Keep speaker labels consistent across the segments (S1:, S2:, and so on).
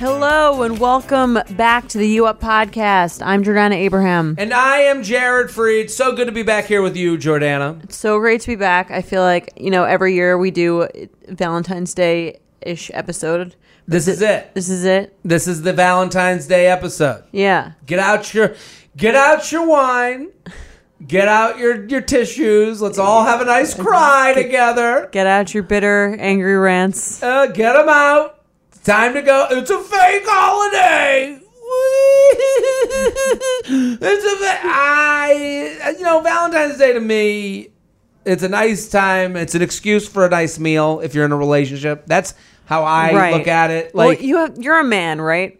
S1: Hello and welcome back to the U Up podcast. I'm Jordana Abraham.
S2: And I am Jared Freed. So good to be back here with you, Jordana.
S1: It's so great to be back. I feel like, you know, every year we do Valentine's Day ish episode.
S2: This is it.
S1: This is it.
S2: This is the Valentine's Day episode.
S1: Yeah.
S2: Get out your get out your wine. Get out your, your tissues. Let's all have a nice cry together.
S1: Get out your bitter, angry rants.
S2: Uh, get them out. It's time to go. It's a fake holiday. it's a fa- I uh, you know Valentine's Day to me. It's a nice time. It's an excuse for a nice meal if you're in a relationship. That's how I
S1: Right.
S2: look at it.
S1: Well,
S2: Like
S1: you have, you're a man, right?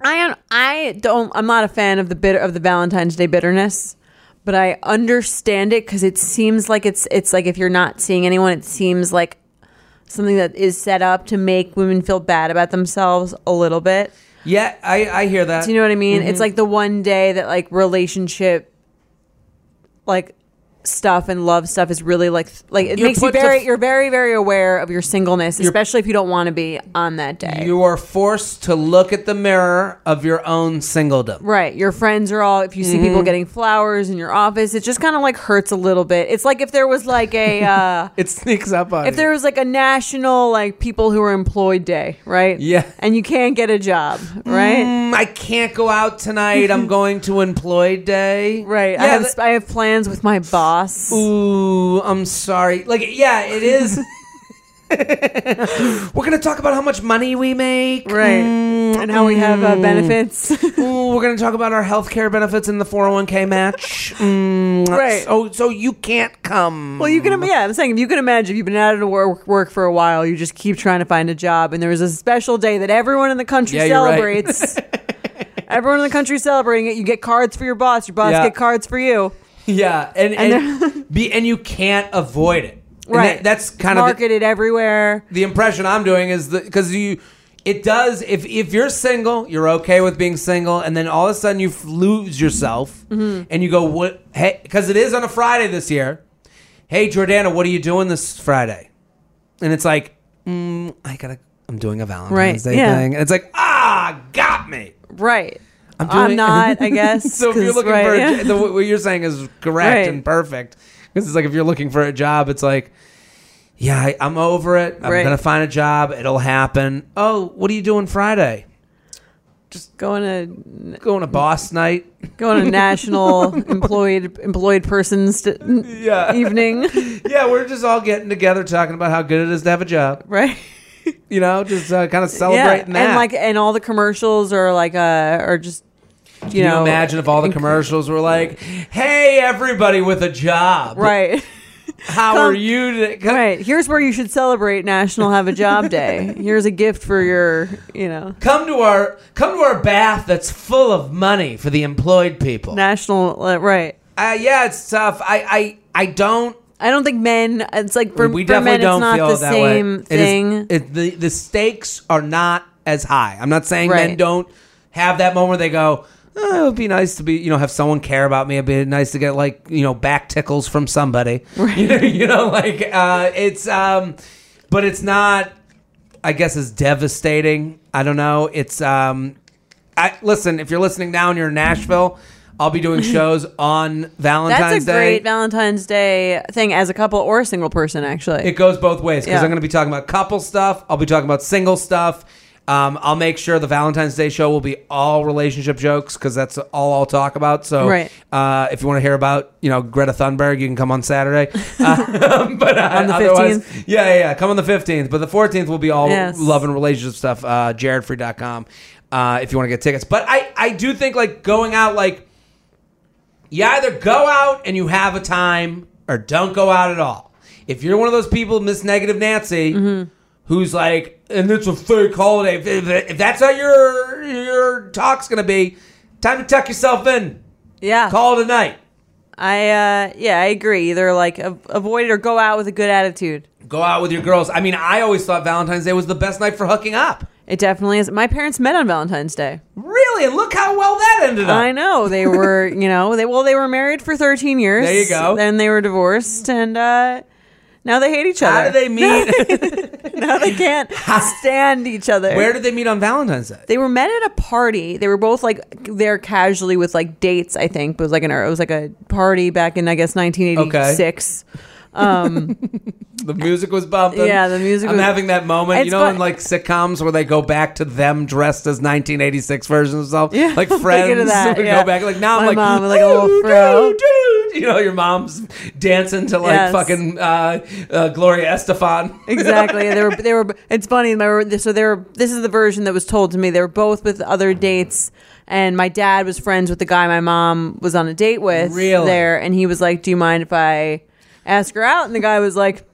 S1: I am. I don't. I'm not a fan of the bitter of the Valentine's Day bitterness, but I understand it because it seems like it's it's like if you're not seeing anyone, it seems like something that is set up to make women feel bad about themselves a little bit.
S2: yeah, I I hear that.
S1: Do you know what I mean?
S2: Mm-hmm.
S1: It's like the one day that like relationship, like stuff and love stuff is really like like it
S2: You're
S1: makes you
S2: put to
S1: very
S2: f-
S1: you're very very aware of your singleness, especially if you don't want to be on that day.
S2: You are forced to look at the mirror of your own singledom.
S1: Right. Your friends are all, if you see
S2: Mm-hmm.
S1: people getting flowers in your office, it just kind of like hurts a little bit. It's like if there was like a, uh,
S2: It sneaks up on
S1: if there was like a national, like people who are employed day, right?
S2: Yeah.
S1: And you can't get a job, right?
S2: Mm, I can't go out tonight. I'm going to employed day.
S1: Right. I,
S2: Yeah,
S1: have,
S2: th-
S1: I have plans with my boss.
S2: Ooh, I'm sorry. Like, yeah, it is. we're gonna talk about how much money we make, Mm.
S1: Right. And how we have uh, benefits.
S2: Ooh, we're gonna talk about our health care benefits in the 401k match. Mm,
S1: Right.
S2: So, so you can't come.
S1: Well, you can, yeah, I'm saying if you can imagine, if you've been out of work, work for a while, you just keep trying to find a job. And there was a special day that everyone in the country
S2: Yeah, you're right.
S1: celebrates. everyone in the country celebrating it. You get cards for your boss. Your boss
S2: Yeah.
S1: get cards for you.
S2: yeah, and and, be, and you can't avoid it. And
S1: Right.
S2: that- that's kind of the-
S1: marketed everywhere.
S2: the impression I'm doing is that because you, it does. If if you're single, you're okay with being single, and then all of a sudden you f- lose yourself,
S1: Mm-hmm.
S2: and you go, "What? Hey, because it is on a Friday this year. Hey, Jordana, what are you doing this Friday? And it's like, mm, I gotta. I'm doing a Valentine's
S1: Right,
S2: Day
S1: yeah.
S2: thing. And it's like, ah, got me.
S1: Right. I'm,
S2: doing-
S1: not, I guess.
S2: So if you're
S1: 'cause,
S2: looking
S1: right,
S2: for a,
S1: yeah.
S2: jo- the, what you're saying is correct
S1: Right.
S2: and perfect because it's like if you're looking for a job, it's like, yeah, I, I'm over it. I'm
S1: Right.
S2: gonna find a job. It'll happen. Oh, what are you doing Friday?
S1: going to
S2: Going to boss night?
S1: going to national employed employed persons t-
S2: Yeah.
S1: evening.
S2: yeah, we're just all getting together talking about how good it is to have a job.
S1: right.
S2: You know, just uh, kind of celebrating that.
S1: And like and all the commercials are like uh are just you
S2: Can you
S1: know
S2: imagine if all the commercials were like, "Hey, everybody with a job,
S1: Right.
S2: How are you?" Today? Come-
S1: Right. Here's where you should celebrate National Have a Job Day. Here's a gift for your, you know,
S2: Come to our come to our bath that's full of money for the employed people.
S1: national uh, right.
S2: Uh, yeah, it's tough. I I I don't.
S1: I don't think men it's like for,
S2: we
S1: for
S2: definitely
S1: men
S2: don't
S1: it's not
S2: feel
S1: the
S2: that
S1: same
S2: way.
S1: thing.
S2: It is, it, the the stakes are not as high. I'm not saying men
S1: Right.
S2: don't have that moment where they go. Oh, it'd be nice to be, you know, have someone care about me. It'd be nice to get like, you know, back tickles from somebody. You, know, you know, like uh, it's, um, but it's not. I guess is devastating. I don't know. It's, um, I listen. If you're listening now and you're in Nashville, I'll be doing shows on
S1: That's
S2: Valentine's
S1: a
S2: Day.
S1: great Valentine's Day thing as a couple or a single person actually.
S2: It goes both ways because
S1: Yeah.
S2: I'm going to be talking about couple stuff. I'll be talking about single stuff. Um, I'll make sure the Valentine's Day show will be all relationship jokes because that's all I'll talk about. So,
S1: Right.
S2: uh, if you want to hear about, you know, Greta Thunberg, you can come on Saturday. Uh, but uh,
S1: On the
S2: otherwise,
S1: 15th?
S2: yeah, yeah, yeah, come on the 15th. But the 14th will be all
S1: Yes.
S2: love and relationship stuff. Uh, JaredFree.com uh, if you want to get tickets. But I, I do think like going out, like you either go out and you have a time or don't go out at all. If you're one of those people, Miss Negative Nancy, who's like, and it's a fake holiday. If, if, if that's how your your talk's gonna be, time to tuck yourself in.
S1: Yeah.
S2: Call it a night.
S1: I uh yeah, I agree. Either like av- avoid it or go out with a good attitude.
S2: Go out with your girls. I mean, I always thought Valentine's Day was the best night for hooking up.
S1: It definitely is. My parents met on Valentine's Day.
S2: Really, and look how well that ended up.
S1: I know they were, you know, they well they were married for 13 years.
S2: There you go.
S1: Then they were divorced and uh now they hate each other.
S2: How did they meet?
S1: now they can't stand each other.
S2: Where did they meet on Valentine's Day?
S1: they were met at a party. They were both like there casually with like dates. I think it was like an it was like a party back in I guess 1986.
S2: The music was bumping.
S1: Yeah, the music
S2: I'm
S1: was-
S2: having that moment, you
S1: It's
S2: know,
S1: fun-
S2: in like sitcoms where they go back to them dressed as 1986 versions of themselves,
S1: Yeah,
S2: like
S1: I'm thinking of
S2: friends.
S1: that,
S2: would
S1: yeah.
S2: Go back, like now I'm
S1: My
S2: like,
S1: mom with, like, "Oh, a little
S2: "Ooh,
S1: fro."
S2: dude, dude." You know, your mom's dancing to like
S1: Yes.
S2: fucking uh, uh, Gloria Estefan.
S1: exactly. They were. They were. It's funny. They were- So they were. This is the version that was told to me. They were both with other dates, and my dad was friends with the guy my mom was on a date with.
S2: Really?
S1: There, and he was like, "Do you mind if I ask her out?" And the guy was like,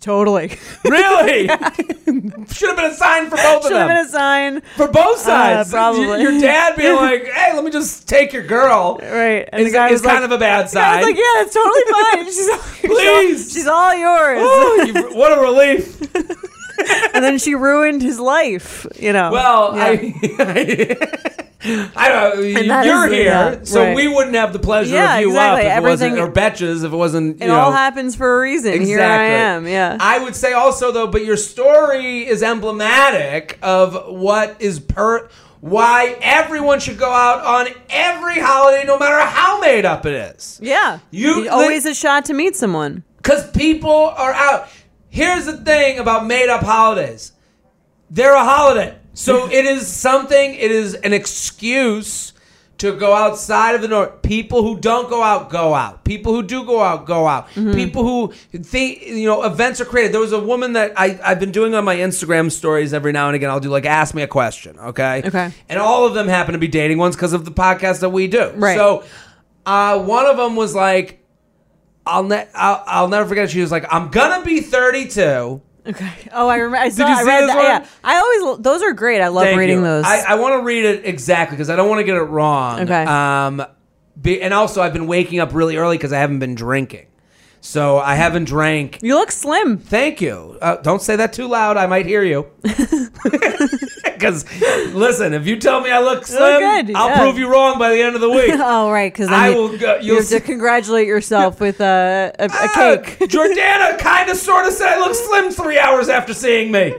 S1: "Totally."
S2: really? Should have been a sign for both of
S1: Should have
S2: them.
S1: been a sign.
S2: for both sides,
S1: Uh, probably.
S2: Y- Your dad being like, "Hey, let me just take your girl."
S1: Right. And
S2: Is,
S1: the guy
S2: is
S1: was
S2: kind
S1: like-
S2: of a bad
S1: I
S2: sign.
S1: was like, "Yeah, that's totally fine. She's all,
S2: Please. Oh,
S1: she's all yours."
S2: Ooh, you- what a relief.
S1: And then she ruined his life. You know.
S2: Well,
S1: Yeah.
S2: I, I don't know.
S1: that
S2: You're
S1: is-
S2: here,
S1: yeah,
S2: so
S1: right.
S2: we wouldn't have the pleasure
S1: Yeah,
S2: of you
S1: exactly.
S2: up if it wasn't,
S1: Everything-
S2: or Betches if it wasn't.
S1: it
S2: you
S1: all
S2: know.
S1: happens for a reason.
S2: Exactly.
S1: Here I am. Yeah.
S2: I would say also though, but your story is emblematic of what is per why everyone should go out on every holiday, no matter how made up it is.
S1: Yeah.
S2: You-
S1: It's always a shot to meet someone.
S2: Because people are out. Here's the thing about made up holidays they're a holiday. So it is something, it is an excuse to go outside of the norm. People who don't go out, go out. People who do go out, go out. People who think, you know, events are created. There was a woman that I, I've been doing on my Instagram stories every now and again. I'll do like, ask me a question, okay?
S1: Okay.
S2: And all of them happen to be dating ones because of the podcast that we do.
S1: Right.
S2: So uh, one of them was like, I'll, ne- I'll I'll never forget. She was like, "I'm gonna be 32."
S1: Okay. Oh, I remember. I saw.
S2: you
S1: I
S2: see
S1: read
S2: this
S1: that.
S2: one?
S1: Yeah. I always. Those are great. I love
S2: Thank
S1: reading
S2: you.
S1: those.
S2: I, I want to read it exactly because I don't want to get it wrong.
S1: Okay.
S2: Um, be, and also I've been waking up really early because I haven't been drinking, so I haven't drank.
S1: you look slim.
S2: Thank you. Uh, don't say that too loud. I might hear you. Because listen, if you tell me I look slim,
S1: good,
S2: I'll
S1: yeah.
S2: prove you wrong by the end of the week.
S1: Oh right, because
S2: I will go.
S1: You
S2: You'll
S1: have
S2: see.
S1: to congratulate yourself with a a, a
S2: Ah,
S1: cake.
S2: Jordana kind of sort of said I look slim three hours after seeing me.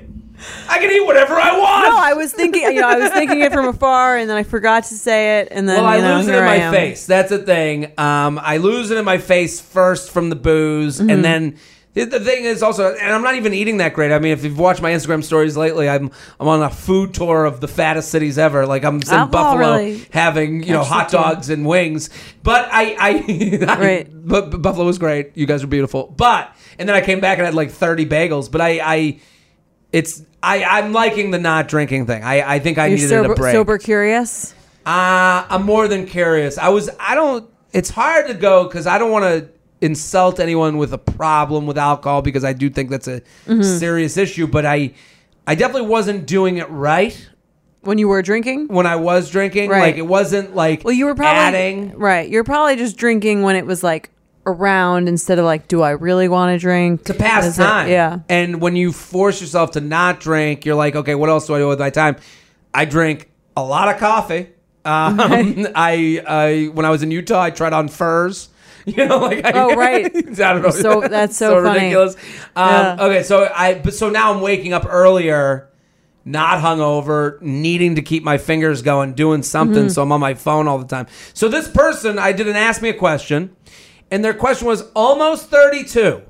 S2: I can eat whatever I want.
S1: No, I was thinking. You know, I was thinking it from afar, and then I forgot to say it, and then
S2: well, I
S1: you know,
S2: lose it
S1: here
S2: in
S1: I
S2: my
S1: am.
S2: face. That's the thing. Um, I lose it in my face first from the booze,
S1: Mm-hmm.
S2: and then the- the thing is also, and I'm not even eating that great. I mean, if you've watched my Instagram stories lately, I'm I'm on a food tour of the fattest cities ever. Like I'm in
S1: Alcohol
S2: Buffalo
S1: Oh, really
S2: having you know
S1: catches
S2: hot
S1: you.
S2: dogs and wings, but I I, I
S1: Right.
S2: But, but Buffalo was great. You guys were beautiful. But and then I came back and had like 30 bagels. But I I it's. I, I'm liking the not drinking thing. I, I think I
S1: You're
S2: needed
S1: sober,
S2: a break.
S1: sober curious.
S2: Uh, I'm more than curious. I was, I don't, it's hard to go because I don't want to insult anyone with a problem with alcohol because I do think that's a
S1: Mm-hmm.
S2: serious issue, but I, I definitely wasn't doing it right
S1: When you were drinking,
S2: when I was drinking.
S1: Right.
S2: Like, it wasn't like,
S1: Well, you were probably
S2: adding.
S1: right. You're probably just drinking when it was like around instead of like, do I really want to drink
S2: to pass
S1: Is it-
S2: time.
S1: yeah,
S2: And when you force yourself to not drink, you're like, okay, what else do I do with my time? I drink a lot of coffee. Um, I, I, when I was in Utah, I tried on furs. You know, like I,
S1: Oh, right.
S2: I don't know.
S1: So- that's so funny.
S2: ridiculous. Um,
S1: Yeah.
S2: Okay, so I, but so now I'm waking up earlier, not hungover, needing to keep my fingers going, doing
S1: Mm-hmm.
S2: something. So I'm on my phone all the time. So this person, I didn't ask me a question, and their question was almost 32.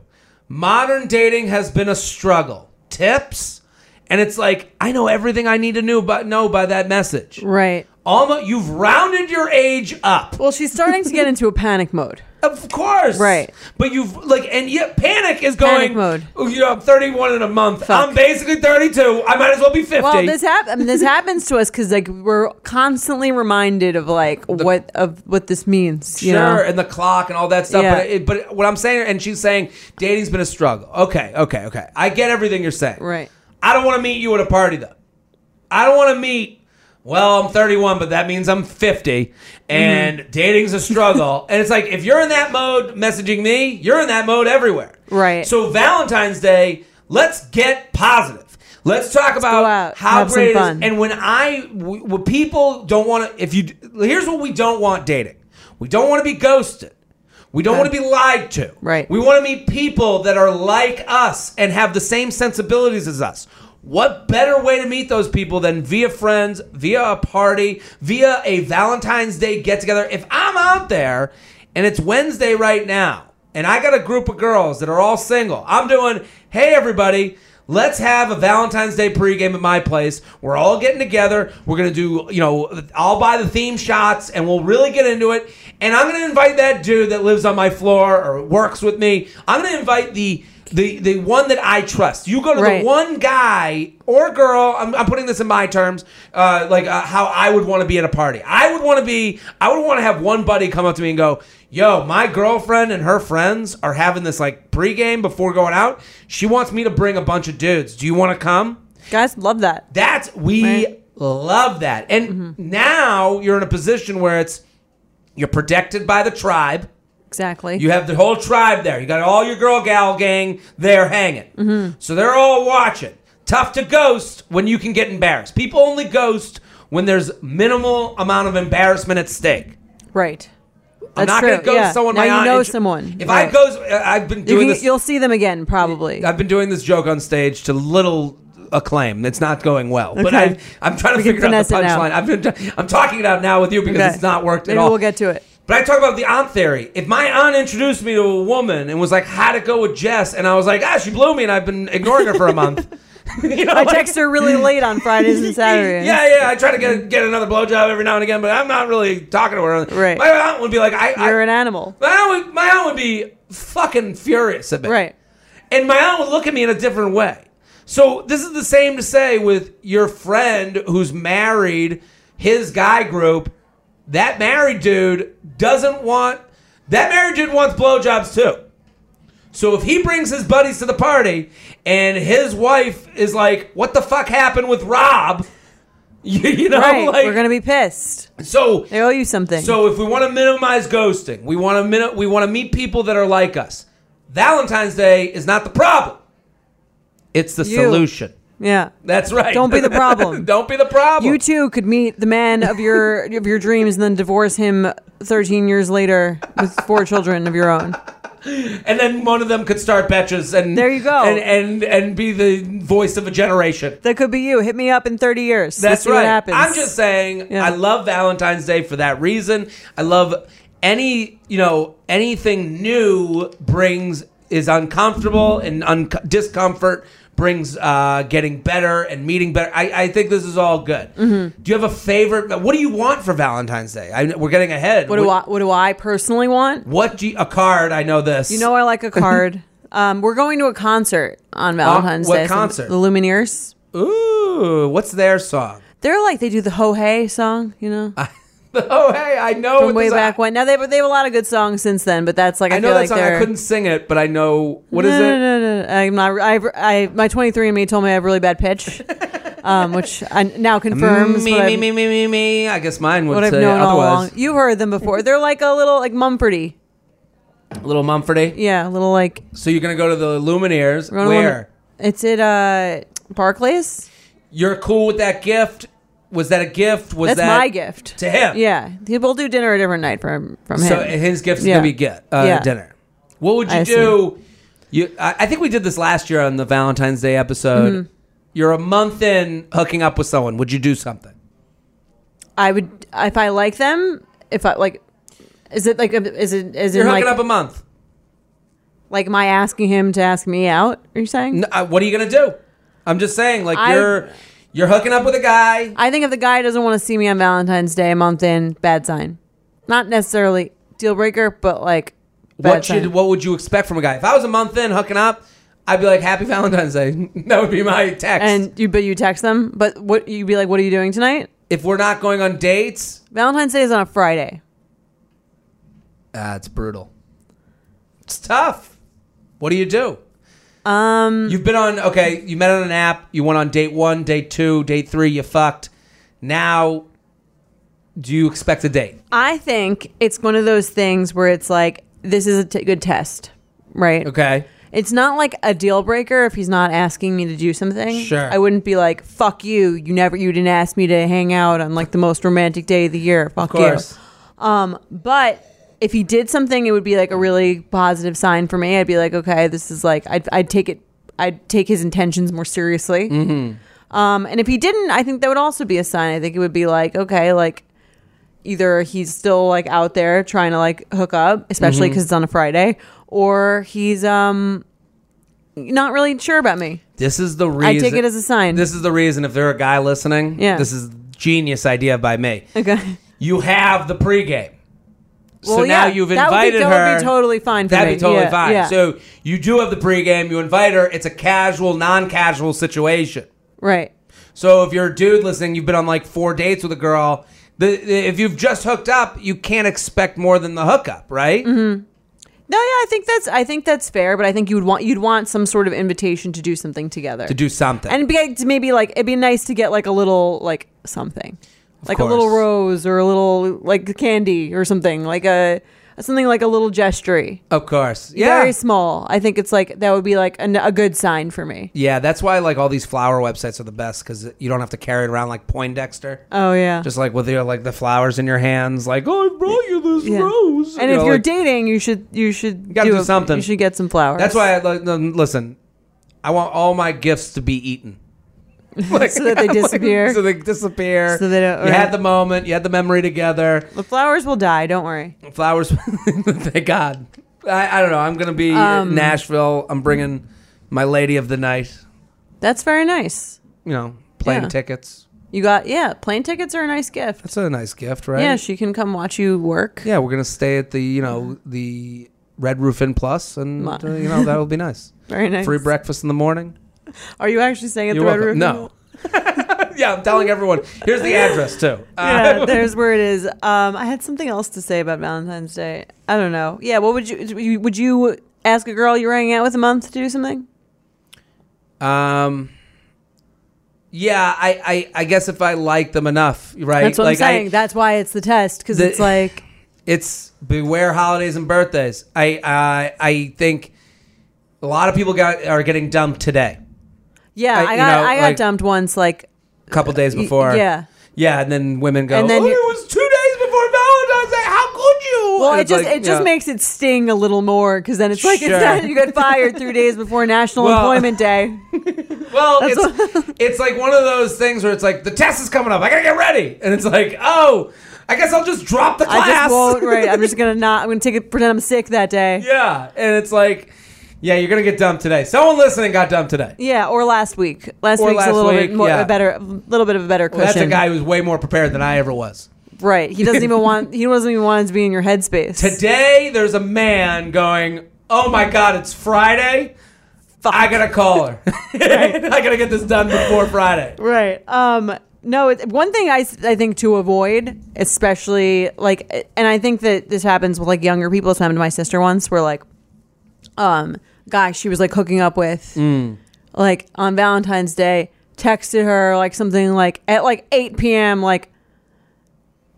S2: Modern dating has been a struggle. Tips, and it's like I know everything I need to know, but know by that message.
S1: right.
S2: Almost, you've rounded your age up.
S1: Well, she's starting to get into a panic mode.
S2: Of course.
S1: Right.
S2: But you've like and yet panic is
S1: Panic
S2: going
S1: mode.
S2: "Oh, You know, I'm 31 in a month.
S1: Fuck.
S2: I'm basically 32. I might as well be 50.
S1: Well, this hap- I mean, this happens to us because like we're constantly reminded of like what of what this means. You
S2: sure,
S1: know?
S2: and the clock and all that stuff.
S1: Yeah.
S2: But, it, but what I'm saying, and she's saying, dating's been a struggle. Okay, okay, okay. I get everything you're saying.
S1: Right.
S2: I don't want to meet you at a party though. I don't want to meet. Well, I'm 31, but that means I'm 50, and
S1: Mm-hmm.
S2: dating's a struggle. and it's like if you're in that mode, messaging me, you're in that mode everywhere.
S1: Right.
S2: So Valentine's Day, let's get positive. Let's talk about
S1: out,
S2: how
S1: have some
S2: great it is.
S1: fun.
S2: And when I, w- when people don't want to, if you, here's what we don't want dating. We don't want to be ghosted. We don't want to be lied to.
S1: Right.
S2: We want to meet people that are like us and have the same sensibilities as us. What better way to meet those people than via friends, via a party, via a Valentine's Day get together? If I'm out there and it's Wednesday right now and I got a group of girls that are all single, I'm doing, hey, everybody. Let's have a Valentine's Day pregame at my place. We're all getting together. We're gonna do, you know, I'll buy the theme shots and we'll really get into it. And I'm gonna invite that dude that lives on my floor or works with me. I'm gonna invite the the the one that I trust. You go to
S1: Right.
S2: the one guy or girl. I'm, I'm putting this in my terms, uh, like uh, how I would want to be at a party. I would want to be. I would want to have one buddy come up to me and go, "Yo, my girlfriend and her friends are having this like pregame before going out. She wants me to bring a bunch of dudes. Do you want to come?"
S1: Guys love that.
S2: That's we
S1: Right. Mm-hmm.
S2: love that. And now you're in a position where it's you're protected by the tribe.
S1: Exactly.
S2: You have the whole tribe there. You got all your girl gal gang there hanging.
S1: Mm-hmm.
S2: So they're all watching. Tough to ghost when you can get embarrassed. People only ghost when there's minimal amount of embarrassment at stake.
S1: right. That's
S2: I'm not
S1: true.
S2: going to ghost
S1: yeah.
S2: someone.
S1: Now
S2: my
S1: you
S2: aunt-
S1: know
S2: it's-
S1: someone.
S2: If I
S1: Right.
S2: ghost, uh, I've been
S1: you
S2: doing this.
S1: will see them again probably.
S2: I've been doing this joke on stage to little acclaim. It's not going well, but
S1: Okay.
S2: I, I'm trying to
S1: We can
S2: figure out
S1: finesse
S2: the
S1: it out.
S2: punchline. I've been, I'm talking it out now with you because
S1: Okay.
S2: it's not worked
S1: Maybe
S2: at all.
S1: we'll get to it.
S2: But I talk about the aunt theory. If my aunt introduced me to a woman and was like, "How'd it go with Jess?" and I was like, "Ah, she blew me," and I've been ignoring her for a month. You know,
S1: I
S2: like-
S1: text her really late on Fridays and Saturdays.
S2: Yeah, yeah. I try to get get another blowjob every now and again, but I'm not really talking to her.
S1: Right.
S2: My aunt would be like, "I." I-
S1: You're an animal.
S2: my aunt would, my aunt would be fucking furious at me.
S1: Right.
S2: And my aunt would look at me in a different way. So this is the same to say with your friend who's married, his guy group, that married dude doesn't want that married dude wants blowjobs too. So if he brings his buddies to the party and his wife is like, "What the fuck happened with Rob?" You, you know,
S1: Right.
S2: like
S1: We're gonna be pissed.
S2: so
S1: They owe you something.
S2: so if we want to minimize ghosting, we want to min- we want to meet people that are like us. Valentine's Day is not the problem. It's the
S1: You.
S2: solution.
S1: yeah.
S2: That's right.
S1: Don't be the problem.
S2: Don't be the problem.
S1: You too could meet the man of your of your dreams and then divorce him 13 years later with four children of your own.
S2: and then one of them could start betches and
S1: There you go.
S2: And and and be the voice of a generation.
S1: That could be you. Hit me up in 30 years. Let's
S2: That's
S1: see
S2: right.
S1: What happens.
S2: I'm just saying
S1: Yeah.
S2: I love Valentine's Day for that reason. I love any, you know, anything new brings is uncomfortable and un- discomfort brings uh, getting better and meeting better. I, I think this is all good.
S1: Mm-hmm.
S2: Do you have a favorite? What do you want for Valentine's Day? I, we're getting ahead.
S1: What do I? What do I personally want?
S2: What do you, a card? I know this.
S1: You know, I like a card. um, we're going to a concert on Valentine's
S2: what
S1: Day. so
S2: concert?
S1: The Lumineers.
S2: Ooh, what's their song?
S1: They're like they do the Ho Hey song, you know,
S2: Oh, hey, I know
S1: from
S2: what
S1: way
S2: this-
S1: back when. Now they they have a lot of good songs since then, but that's like I,
S2: I know
S1: feel
S2: that
S1: like
S2: song.
S1: they're.
S2: I couldn't sing it, but I know what
S1: no,
S2: is it.
S1: no, no, no, no. I'm not. I, I, my 23 and me told me I have really bad pitch, um, which I now confirms.
S2: me,
S1: what I've-
S2: me, me, me, me, me. I guess mine would
S1: what I've
S2: say
S1: known all along.
S2: otherwise.
S1: You heard them before. They're like a little like Mumfordy.
S2: Little Mumfordy.
S1: Yeah, a little like
S2: So you're gonna go to the Lumineers.
S1: Rona
S2: where
S1: Lum- It's at uh Barclays.
S2: you're cool with that gift? Was that a gift? Was
S1: That's
S2: that
S1: my gift.
S2: to him?
S1: Yeah, he will do dinner a different night from from him.
S2: So his gift is
S1: Yeah.
S2: gonna be get uh,
S1: Yeah.
S2: dinner. What would you
S1: I
S2: do? You, I, I think we did this last year on the Valentine's Day episode.
S1: Mm-hmm.
S2: You're a month in hooking up with someone. Would you do something?
S1: I would if I like them. If I like, is it like a- is it is it
S2: You're
S1: like
S2: hooking up a month.
S1: like my asking him to ask me out? Are you saying?
S2: N- uh, what are you gonna do? I'm just saying, like
S1: I-
S2: you're you're hooking up with a guy.
S1: I think if the guy doesn't want to see me on Valentine's Day a month in, bad sign. Not necessarily deal breaker, but uh, like Bad
S2: what should
S1: sign.
S2: what would you expect from a guy? If I was a month in hooking up, I'd be like, "Happy Valentine's Day." that would be my text.
S1: And you, but you text them. But what you'd be like? What are you doing tonight?
S2: if we're not going on dates,
S1: Valentine's Day is on a Friday.
S2: uh, it's brutal. It's tough. What do you do?
S1: Um,
S2: You've been on okay. You met on an app. You went on date one, date two, date three. You fucked. Now, do you expect a date?
S1: I think it's one of those things where it's like this is a t- good test, right?
S2: Okay.
S1: It's not like a deal breaker if he's not asking me to do something.
S2: Sure.
S1: I wouldn't be like, fuck you. You never, you didn't ask me to hang out on like the most romantic day of the year. Fuck
S2: Of course.
S1: you. Um, but if he did something, it would be like a really positive sign for me. I'd be like, okay, this is like, I'd, I'd take it, I'd take his intentions more seriously.
S2: Mm-hmm.
S1: Um, and if he didn't, I think that would also be a sign. I think it would be like, okay, like either he's still like out there trying to like hook up, especially
S2: Mm-hmm.
S1: because it's on a Friday, or he's um not really sure about me.
S2: This is the reason.
S1: I take it as a sign.
S2: This is the reason. If they're a guy listening,
S1: Yeah.
S2: this is genius idea by me.
S1: okay.
S2: You have the pregame. So
S1: Well,
S2: now
S1: yeah,
S2: you've
S1: that would be-
S2: invited
S1: that would
S2: her.
S1: be totally fine for
S2: That'd
S1: me.
S2: be totally
S1: Yeah,
S2: fine.
S1: yeah.
S2: So you do have the pregame. You invite her. It's a casual, non-casual situation.
S1: Right.
S2: So if you're a dude listening, you've been on like four dates with a girl. The, the- if you've just hooked up, you can't expect more than the hookup, right?
S1: Mm-hmm. No, yeah, I think that's I think that's fair, but I think you would want you'd want some sort of invitation to do something together.
S2: To do something.
S1: and it'd be like, to maybe like it'd be nice to get like a little like something, like a little
S2: course.
S1: rose or a little like candy or something like a something like a little gesture.
S2: of course, yeah,
S1: very small. I think it's like that would be like an, a good sign for me.
S2: yeah. That's why like all these flower websites are the best because you don't have to carry it around like Poindexter.
S1: Oh yeah,
S2: just like with your like the flowers in your hands, like oh, I brought you this
S1: yeah.
S2: rose.
S1: And
S2: You
S1: if
S2: know,
S1: you're
S2: like-
S1: dating, you should you should
S2: gotta do
S1: a-
S2: something.
S1: You should get some flowers.
S2: that's why I like, no, listen. I want all my gifts to be eaten. Like,
S1: So that they
S2: like,
S1: disappear?
S2: so they disappear.
S1: So they don't-
S2: You
S1: right.
S2: had the moment. You had the memory together.
S1: the flowers will die. Don't worry.
S2: flowers. Thank God. I, I don't know. I'm gonna be
S1: Um,
S2: in Nashville. I'm bringing my lady of the night.
S1: That's very nice.
S2: You know, plane
S1: Yeah.
S2: tickets.
S1: You got yeah. Plane tickets are a nice gift.
S2: That's a nice gift, right?
S1: Yeah, she can come watch you work.
S2: yeah, we're gonna stay at the you know the Red Roof Inn Plus, and
S1: Ma-
S2: uh, you know that'll be nice.
S1: Very nice.
S2: Free breakfast in the morning.
S1: Are you actually staying at
S2: You're
S1: the Red
S2: welcome.
S1: Roof?
S2: No. yeah, I'm telling everyone. Here's the address too. Uh,
S1: Yeah, there's where it is. Um, I had something else to say about Valentine's Day. I don't know. Yeah, what would you would you ask a girl you were hanging out with a month to do something?
S2: Um. Yeah, I, I I guess if I like them enough, right?
S1: That's what
S2: like
S1: I'm
S2: I-
S1: saying. That's why it's the test because
S2: The-
S1: it's like
S2: it's beware holidays and birthdays. I uh, I think a lot of people got are getting dumped today,
S1: Yeah,
S2: I-
S1: I, got
S2: you know,
S1: I got
S2: like-
S1: dumped once. Like
S2: a couple days
S1: Uh, Y-
S2: before.
S1: yeah.
S2: yeah, and then women go.
S1: And then
S2: oh,
S1: you-
S2: it was two days before Valentine's Day. How could you?
S1: well,
S2: And
S1: it
S2: it's
S1: just
S2: like,
S1: it just
S2: yeah.
S1: makes it sting a little more because then it's like
S2: Sure.
S1: it's not, you got fired three days before National
S2: Well-
S1: Employment Day.
S2: well,
S1: That's
S2: it's it's like one of those things where it's like the test is coming up. I gotta get ready, and it's like oh, I guess I'll just drop the
S1: I
S2: class.
S1: just won't. Right, I'm just gonna not. I'm gonna take it. Pretend I'm sick that day. Yeah,
S2: yeah, and it's like yeah, you're gonna get dumped today. Someone listening got dumped today.
S1: or last week. Last
S2: Or
S1: week's
S2: last
S1: a little
S2: week,
S1: bit more
S2: yeah.
S1: a better, a little bit of a better cushion.
S2: That's a guy who's way more prepared than I ever was.
S1: Right, he doesn't even want. He doesn't even want to be in your headspace.
S2: Today, there's a man going, Oh my God, it's Friday.
S1: Fuck.
S2: I gotta call her. I gotta get this done before Friday.
S1: Right. Um. No. It, one thing I s- I think to avoid, especially like, and I think that this happens with like younger people. It's happened to my sister once, where like, um, guy she was like hooking up with, like on Valentine's Day, texted her like something like at like eight p.m. like,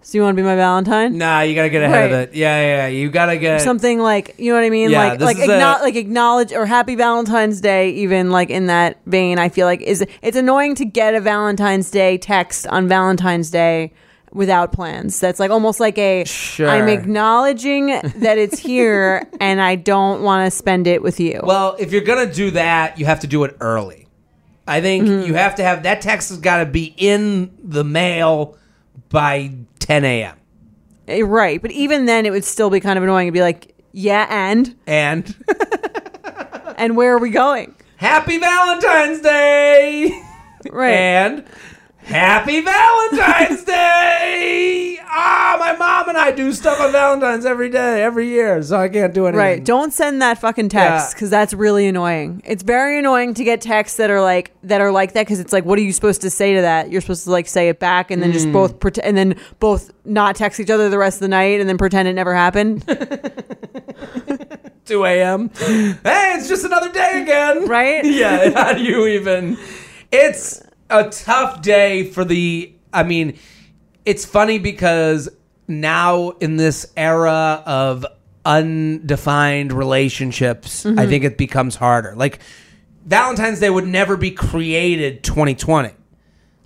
S1: so you want to be my Valentine?
S2: Nah, you gotta get ahead
S1: Right.
S2: of it. Yeah, yeah, yeah, you gotta get.
S1: Something like you know what I mean,
S2: Yeah,
S1: like
S2: this
S1: like
S2: is
S1: acknowledge,
S2: a-
S1: like acknowledge or Happy Valentine's Day. Even like in that vein, I feel like is it's annoying to get a Valentine's Day text on Valentine's Day without plans. That's like almost like a
S2: Sure.
S1: I'm acknowledging that it's here and I don't want to spend it with you.
S2: Well, if you're gonna do that, you have to do it early. I think
S1: Mm-hmm.
S2: you have to have that text has gotta be in the mail by 10 a.m.
S1: Eh, right, but even then, it would still be kind of annoying to be like, yeah, and
S2: And
S1: and where are we going?
S2: happy Valentine's Day!
S1: Right.
S2: And Happy Valentine's Day! Ah, my mom and I do stuff on Valentine's every day, every year, so I can't do anything.
S3: Right. Don't send that fucking text
S2: Yeah.
S3: because that's really annoying. It's very annoying to get texts that are like that are like that because it's like, what are you supposed to say to that? You're supposed to like say it back and then
S2: Mm.
S3: just both pretend and then both not text each other the rest of the night and then pretend it never happened.
S2: 2 a.m. Hey, it's just another day again.
S3: Right?
S2: Yeah, how do you even? It's a tough day for the. I mean, it's funny because now in this era of undefined relationships, I think it becomes harder. Like, Valentine's Day would never be created 2020.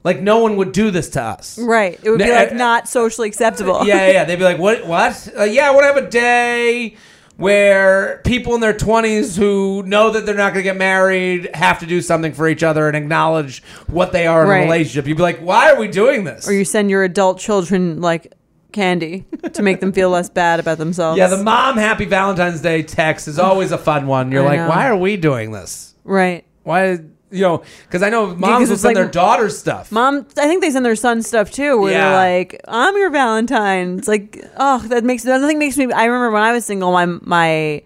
S2: Like, no one would do this to us.
S3: right. It would be
S2: No,
S3: like
S2: I-
S3: not socially acceptable.
S2: Yeah, yeah, yeah. They'd be like, "What? What? Uh, yeah, I want to have a day where people in their twenties who know that they're not going to get married have to do something for each other and acknowledge what they are in
S3: Right.
S2: a relationship." You'd be like, "Why are we doing this?"
S3: Or you send your adult children like candy to make them feel less bad about themselves.
S2: yeah, the mom happy Valentine's Day text is always a fun one. You're
S3: I
S2: like,
S3: know.
S2: "Why are we doing this?
S3: right.
S2: Why?" You know, because I know moms will
S3: it's
S2: send
S3: like-
S2: their daughters stuff.
S3: Mom, I think they send their son stuff too, where
S2: Yeah.
S3: they're like, "I'm your Valentine." It's like, oh, that makes nothing makes me. I remember when I was single, my my,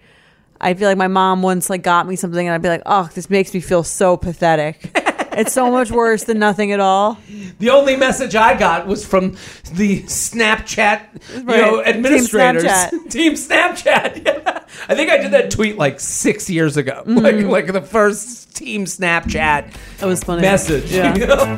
S3: I feel like my mom once like got me something, and I'd be like, oh, this makes me feel so pathetic. it's so much worse than nothing at all.
S2: The only message I got was from the Snapchat, you
S3: Right.
S2: know,
S3: Team
S2: administrators.
S3: Snapchat.
S2: Team Snapchat. Yeah. I think I did that tweet like six years ago. Like, like the first Team Snapchat
S3: Mm. That was funny.
S2: message.
S3: Yeah.
S2: you know?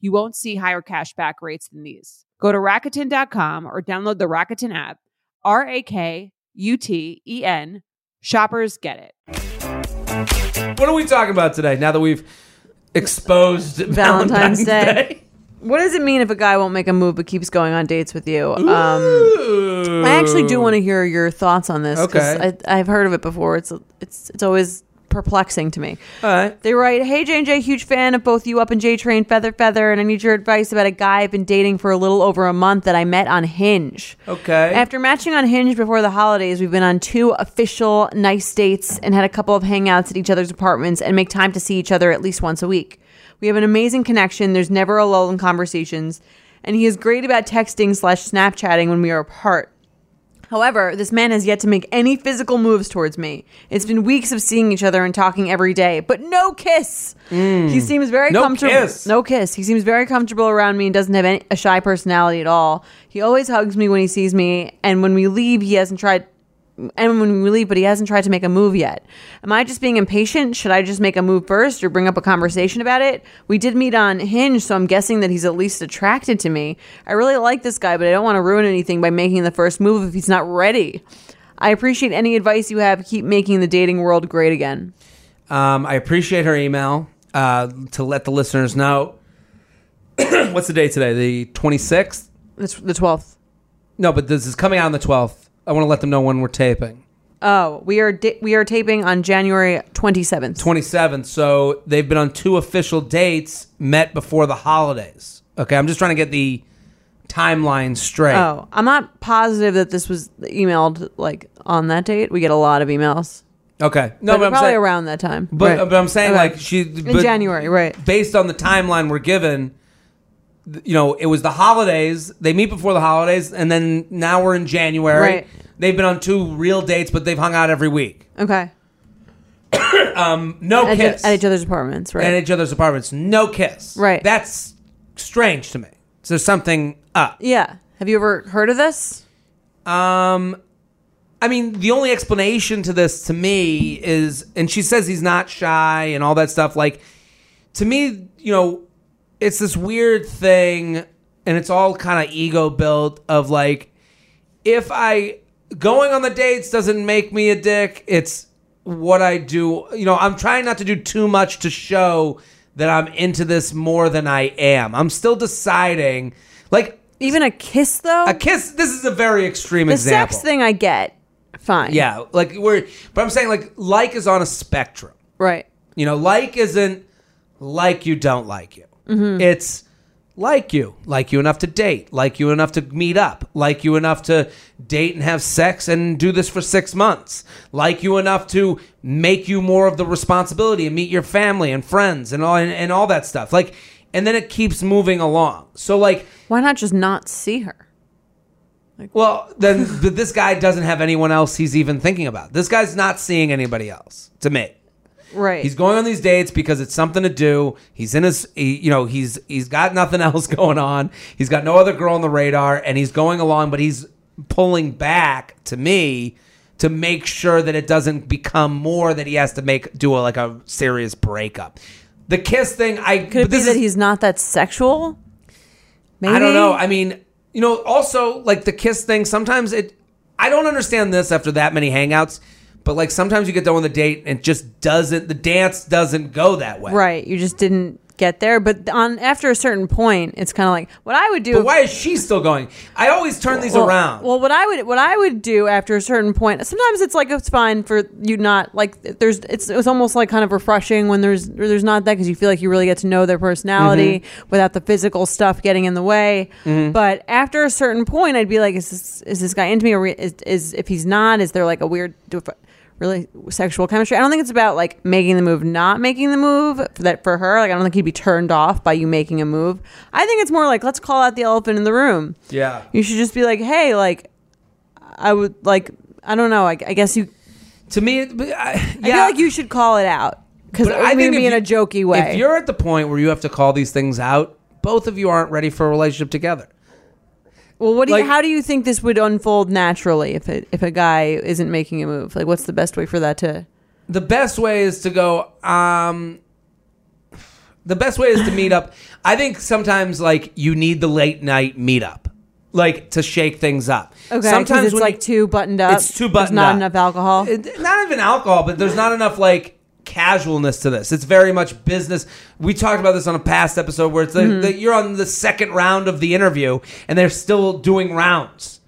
S1: You won't see higher cash back rates than these. Go to Rakuten.com or download the Rakuten app. R A K U T E N. Shoppers get it.
S2: What are we talking about today now that we've exposed Valentine's,
S3: Valentine's
S2: Day?
S3: Day. What does it mean if a guy won't make a move but keeps going on dates with you? Um,
S2: Ooh.
S3: I actually do want to hear your thoughts on this because
S2: Okay.
S3: I've heard of it before. It's it's it's always perplexing to me.
S2: All right.
S3: They write, "Hey J and J, huge fan of both you up and J Train, feather feather, and I need your advice about a guy I've been dating for a little over a month that I met on Hinge.
S2: Okay.
S3: After matching on Hinge before the holidays, we've been on two official nice dates and had a couple of hangouts at each other's apartments and make time to see each other at least once a week. We have an amazing connection. There's never a lull in conversations, and he is great about texting slash Snapchatting when we are apart." However, this man has yet to make any physical moves towards me. It's been weeks of seeing each other and talking every day, but no kiss. He seems very
S2: Hmm. No
S3: comfortable.
S2: kiss.
S3: No kiss. He seems very comfortable around me and doesn't have any, a shy personality at all. He always hugs me when he sees me, and when we leave, he hasn't tried. And when we leave, but he hasn't tried to make a move yet. Am I just being impatient? Should I just make a move first or bring up a conversation about it? We did meet on Hinge, so I'm guessing that he's at least attracted to me. I really like this guy, but I don't want to ruin anything by making the first move if he's not ready. I appreciate any advice you have. Keep making the dating world great again.
S2: Um, I appreciate her email uh, to let the listeners know. What's the date today? The 26th?
S3: It's the 12th.
S2: No, but this is coming out on the 12th. I want to let them know when we're taping.
S3: Oh, we are di- we are taping on January 27th.
S2: 27th. So they've been on two official dates, met before the holidays. Okay, I'm just trying to get the timeline straight.
S3: Oh, I'm not positive that this was emailed like on that date. We get a lot of emails.
S2: Okay. No,
S3: No,
S2: but,
S3: but,
S2: I'm
S3: probably
S2: saying,
S3: around that time.
S2: But,
S3: Right.
S2: but I'm saying
S3: Okay.
S2: like she
S3: in January, right?
S2: based on the timeline we're given, th- you know, it was the holidays. They meet before the holidays, and then now we're in January.
S3: Right.
S2: They've been on two real dates, but they've hung out every week.
S3: Okay.
S2: No
S3: At,
S2: kiss
S3: each- at each other's apartments, right?
S2: at each other's apartments. No kiss.
S3: Right.
S2: That's strange to me. So there's something up.
S3: yeah. Have you ever heard of this?
S2: Um, I mean, the only explanation to this to me is, and she says he's not shy and all that stuff. Like, to me, you know, it's this weird thing, and it's all kind of ego built of like, if I going on the dates doesn't make me a dick, it's what I do. You know, I'm trying not to do too much to show that I'm into this more than I am. I'm still deciding. Like,
S3: Even a kiss though?
S2: a kiss. This is a very extreme
S3: the
S2: example.
S3: sex thing I get. Fine.
S2: Yeah, like we're. But I'm saying like like is on a spectrum.
S3: Right.
S2: You know, like isn't like you don't like you. It's like you, like you enough to date, like you enough to meet up, like you enough to date and have sex and do this for six months, like you enough to make you more of the responsibility and meet your family and friends and all and, and all that stuff. Like, and then it keeps moving along. So like.
S3: Why not just not see her?
S2: Well, then th- this guy doesn't have anyone else he's even thinking about. This guy's not seeing anybody else to me.
S3: Right.
S2: He's going on these dates because it's something to do. He's in his, he, you know, he's he's got nothing else going on. He's got no other girl on the radar, and he's going along, but he's pulling back to me to make sure that it doesn't become more that he has to make do a, like a serious breakup. The kiss thing, I
S3: Could it be
S2: is-
S3: that he's not that sexual? Maybe.
S2: I don't know. I mean, you know, also like the kiss thing, sometimes it I don't understand this after that many hangouts, but like sometimes you get done with a date and it just doesn't the dance doesn't go that way.
S3: right. You just didn't get there, but on after a certain point, it's kind of like what I would do
S2: But
S3: if-
S2: why is she still going? I always turn these
S3: well,
S2: around.
S3: Well, what I would what I would do after a certain point. Sometimes it's like it's fine for you not like there's it's it's almost like kind of refreshing when there's there's not that because you feel like you really get to know their personality
S2: Mm-hmm.
S3: without the physical stuff getting in the way. But after a certain point, I'd be like, is this is this guy into me or re- is, is if he's not, is there like a weird. Really sexual chemistry. I don't think it's about like making the move, not making the move. For that for her, like I don't think he'd be turned off by you making a move. I think it's more like let's call out the elephant in the room.
S2: yeah.
S3: You should just be like, hey, like, I would like, I don't know. I, I guess you.
S2: To me, it- but I,
S3: I feel
S2: yeah.
S3: like you should call it out because
S2: But
S3: I mean,
S2: if
S3: be in
S2: you-
S3: a jokey way.
S2: If you're at the point where you have to call these things out, both of you aren't ready for a relationship together.
S3: well, what do you,
S2: like-
S3: how do you think this would unfold naturally if it, if a guy isn't making a move? Like, what's the best way for that to?
S2: the best way is to go um the best way is to meet up i think sometimes like you need the late night meetup like to shake things up
S3: Okay, sometimes
S2: sometimes
S3: it's
S2: when
S3: like
S2: you-
S3: too buttoned up.
S2: it's too
S3: There's
S2: buttoned
S3: Not
S2: up.
S3: enough alcohol.
S2: It- not even alcohol but there's not enough like casualness to this it's very much business we talked about this on a past episode where it's like
S3: Mm-hmm.
S2: that you're on the second round of the interview and they're still doing rounds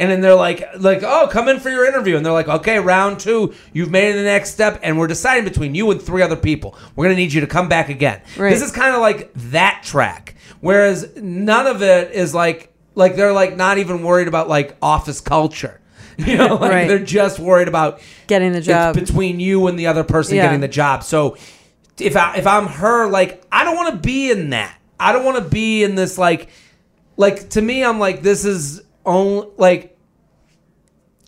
S2: and then they're like like oh come in for your interview and they're like okay round two you've made it to the next step and we're deciding between you and three other people we're gonna need you to come back again
S3: Right.
S2: this is kind of like that track whereas none of it is like like they're like not even worried about like office culture you know like
S3: Right.
S2: they're just worried about
S3: Getting the
S2: it's
S3: job.
S2: between you and the other person
S3: Yeah.
S2: getting the job so if i if i'm her like i don't want to be in that i don't want to be in this like like to me i'm like this is only like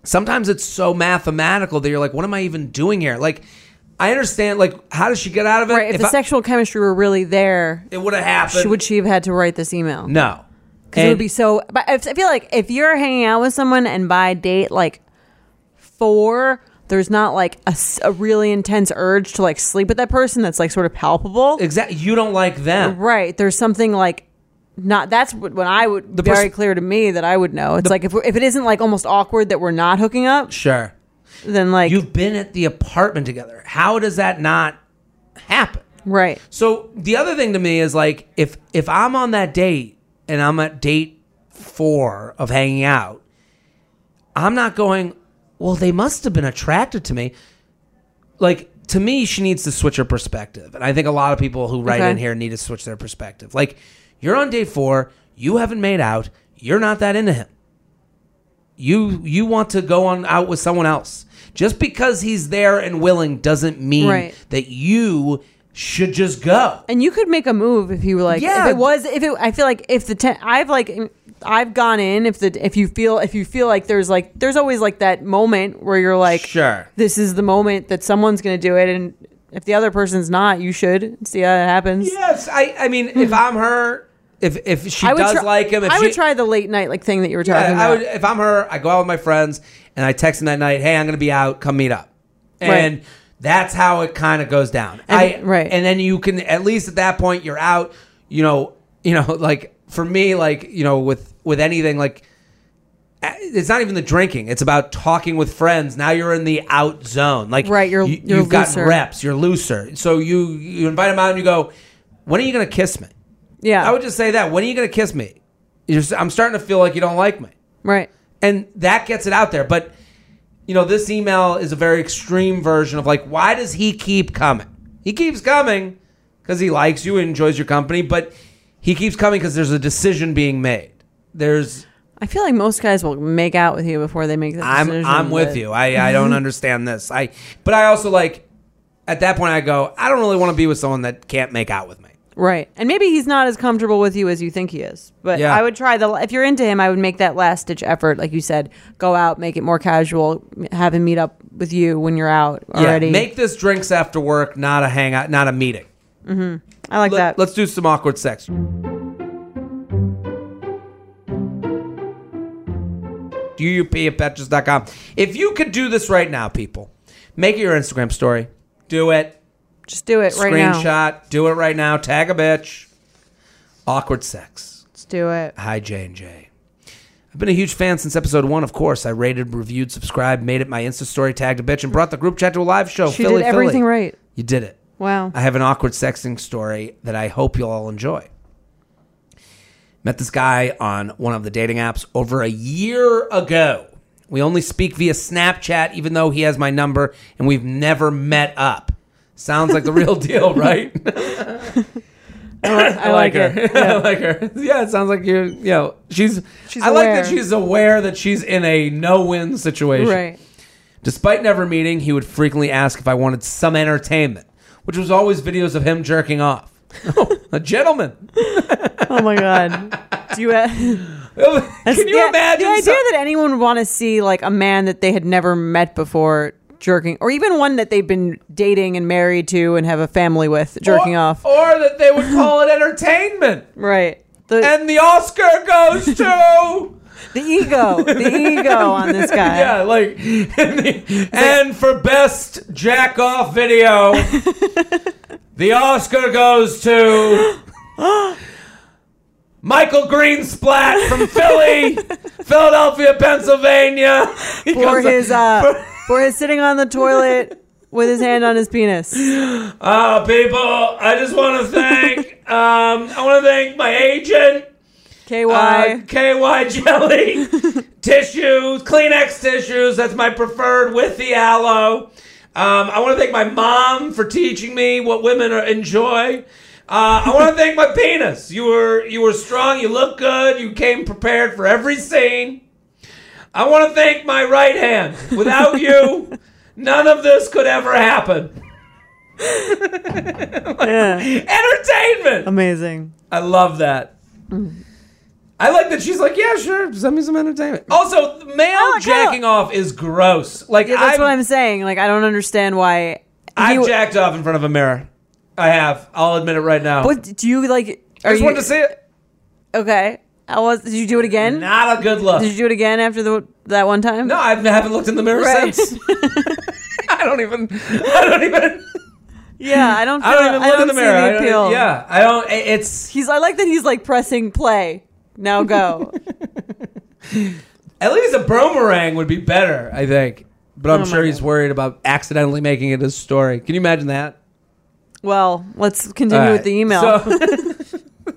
S2: sometimes it's so mathematical that you're like, what am I even doing here? Like, I understand. Like, how does she get out of it?
S3: Right. If,
S2: If
S3: the
S2: I-
S3: sexual chemistry were really there,
S2: it would have
S3: she-
S2: happened.
S3: would she have had to write this email?
S2: no.
S3: Because it
S2: And-
S3: would be so. But I I feel like if you're hanging out with someone and by date like four, there's not like a, s- a really intense urge to like sleep with that person that's like sort of palpable.
S2: exactly. You don't like them.
S3: Right. There's something like not that's what when I would
S2: The pers-
S3: very clear to me that I would know. It's like if we're- if it isn't like almost awkward that we're not hooking up,
S2: Sure.
S3: then like
S2: You've been at the apartment together. How does that not happen?
S3: right.
S2: So the other thing to me is like if if I'm on that date and I'm at date four of hanging out, I'm not going. Well, they must have been attracted to me. Like to me, she needs to switch her perspective, and I think a lot of people who write
S3: Okay.
S2: in here need to switch their perspective. Like you're on day four, you haven't made out, you're not that into him. You you want to go on out with someone else. Just because he's there and willing doesn't mean
S3: Right.
S2: that you should just go.
S3: And you could make a move if you were like
S2: Yeah.
S3: if it was if it I feel like if the ten I've like I've gone in if the if you feel if you feel like there's like there's always like that moment where you're like
S2: Sure.
S3: this is the moment that someone's gonna do it and if the other person's not you should see how it happens.
S2: Yes, I I mean if I'm her, if if she
S3: Hmm. I would
S2: does
S3: try-
S2: like him, if
S3: I
S2: she,
S3: would try the late night like thing that you were
S2: Yeah,
S3: talking about.
S2: I would, if I'm her, I go out with my friends and I text them that night, hey, I'm gonna be out, come meet up, and.
S3: Right.
S2: That's how it kind of goes down. I,
S3: right.
S2: and then you can at least at that point you're out. You know, you know, like for me, like you know, with with anything, like it's not even the drinking. It's about talking with friends. Now you're in the out zone. Like
S3: Right, you're-
S2: you,
S3: you're
S2: have gotten
S3: looser.
S2: reps. You're looser. So you you invite them out and you go, when are you gonna kiss me?
S3: yeah.
S2: I would just say that. When are you going to kiss me? You're, s- I'm starting to feel like you don't like me.
S3: right.
S2: And that gets it out there. But, you know, this email is a very extreme version of like, why does he keep coming? He keeps coming because he likes you and enjoys your company, but he keeps coming because there's a decision being made. There's,
S3: I feel like most guys will make out with you before they make the
S2: I'm,
S3: decision.
S2: I'm with
S3: but-
S2: you. I, I don't understand this. I, but I also like, at that point, I go, I don't really want to be with someone that can't make out with me.
S3: Right. And maybe he's not as comfortable with you as you think he is. But
S2: Yeah.
S3: I would try the, if you're into him, I would make that last ditch effort. Like you said, go out, make it more casual, m- have him meet up with you when you're out already.
S2: Yeah, make this drinks after work, not a hangout, not a meeting.
S3: I like that.
S2: Let, us do some awkward sex. UUP at Betches.com. If you could do this right now, people, make it your Instagram story. Do it.
S3: Just do it right
S2: Screenshot.
S3: now.
S2: Do it right now. Tag a bitch. Awkward sex.
S3: Let's do it.
S2: Hi, J&J. I've been a huge fan since episode one, of course. I rated, reviewed, subscribed, made it my Insta story, tagged a bitch, and brought the group chat to a live show.
S3: She
S2: Philly,
S3: did
S2: Philly.
S3: everything right.
S2: You did it.
S3: Wow.
S2: I have an awkward sexting story that I hope you'll all enjoy. Met this guy on one of the dating apps over a year ago. We only speak via Snapchat, even though he has my number, and we've never met up. Sounds like the real deal, right?
S3: I like it.
S2: I like her. Yeah, it sounds like you're, you know, she's,
S3: She's
S2: I like
S3: aware.
S2: that she's aware that she's in a no win situation.
S3: Right.
S2: Despite never meeting, he would frequently ask if I wanted some entertainment, which was always videos of him jerking off. Oh, a gentleman.
S3: Oh my God. Do you, uh,
S2: Oh, Can you
S3: the,
S2: imagine?
S3: the idea
S2: some-
S3: that anyone would want to see like a man that they had never met before jerking, or even one that they've been dating and married to and have a family with jerking
S2: or,
S3: off?
S2: Or that they would call it entertainment.
S3: right. The,
S2: And the Oscar goes to.
S3: the ego, the ego on this guy.
S2: Yeah, like. And, the- and for best jack off video, the Oscar goes to. Michael Greensplat from Philly, Philadelphia, Pennsylvania. He
S3: For
S2: goes,
S3: his uh, for his sitting on the toilet with his hand on his penis.
S2: Uh, people, I just want to thank, um, I want to thank my agent,
S3: KY.
S2: uh, KY Jelly, tissues, Kleenex tissues. That's my preferred with the aloe. Um, I want to thank my mom for teaching me what women are, enjoy. Uh, I want to thank my penis. You were you were strong. You look good. You came prepared for every scene. I want to thank my right hand. Without you, none of this could ever happen.
S3: yeah.
S2: Entertainment.
S3: Amazing.
S2: I love that. I like that she's like, yeah, sure, send me some entertainment. Also, male
S3: Oh, kinda-
S2: jacking off is gross. Like,
S3: Yeah, that's
S2: I'm,
S3: what I'm saying. Like, I don't understand why.
S2: I've
S3: he-
S2: jacked off in front of a mirror. I have. I'll admit it right now.
S3: What do you like?
S2: I
S3: Are
S2: just
S3: you
S2: wanted to see it.
S3: okay? How was? Did you do it again?
S2: Not a good look.
S3: Did you do it again after the that one time?
S2: no, I haven't looked in the mirror
S3: Right.
S2: since. I don't even. I don't even.
S3: Yeah, I don't. Feel,
S2: I don't even look in the
S3: see
S2: mirror. I don't- e-,
S3: appeal.
S2: yeah, I don't. it- It's
S3: he's. I like that he's like pressing play. Now go.
S2: At least a boomerang would be better, I think. But
S3: Oh
S2: I'm sure he's worried about accidentally making it his story. Can you imagine that?
S3: well, let's continue
S2: All
S3: with the
S2: right.
S3: email.
S2: So,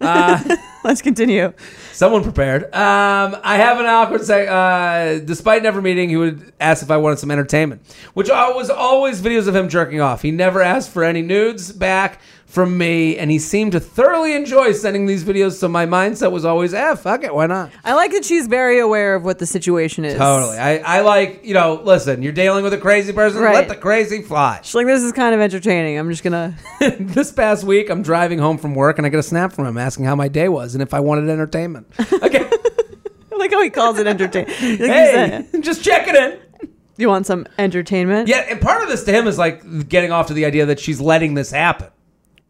S3: let's continue.
S2: someone prepared. Um, I have an awkward sec. Uh, despite never meeting, he would ask if I wanted some entertainment, which I was always videos of him jerking off. He never asked for any nudes back from me, and he seemed to thoroughly enjoy sending these videos. So my mindset was always, "Eh, fuck it, why not?"
S3: I like that she's very aware of what the situation is.
S2: Totally. I, I like you know. Listen, you're dealing with a crazy person.
S3: Right.
S2: Let the crazy fly.
S3: She's like, this is kind of entertaining. I'm just gonna.
S2: this past week, I'm driving home from work and I get a snap from him asking how my day was and if I wanted entertainment. Okay.
S3: I like how he calls it entertaining.
S2: hey, just checking in.
S3: you want some entertainment?
S2: Yeah, and part of this to him is like getting off to the idea that she's letting this happen.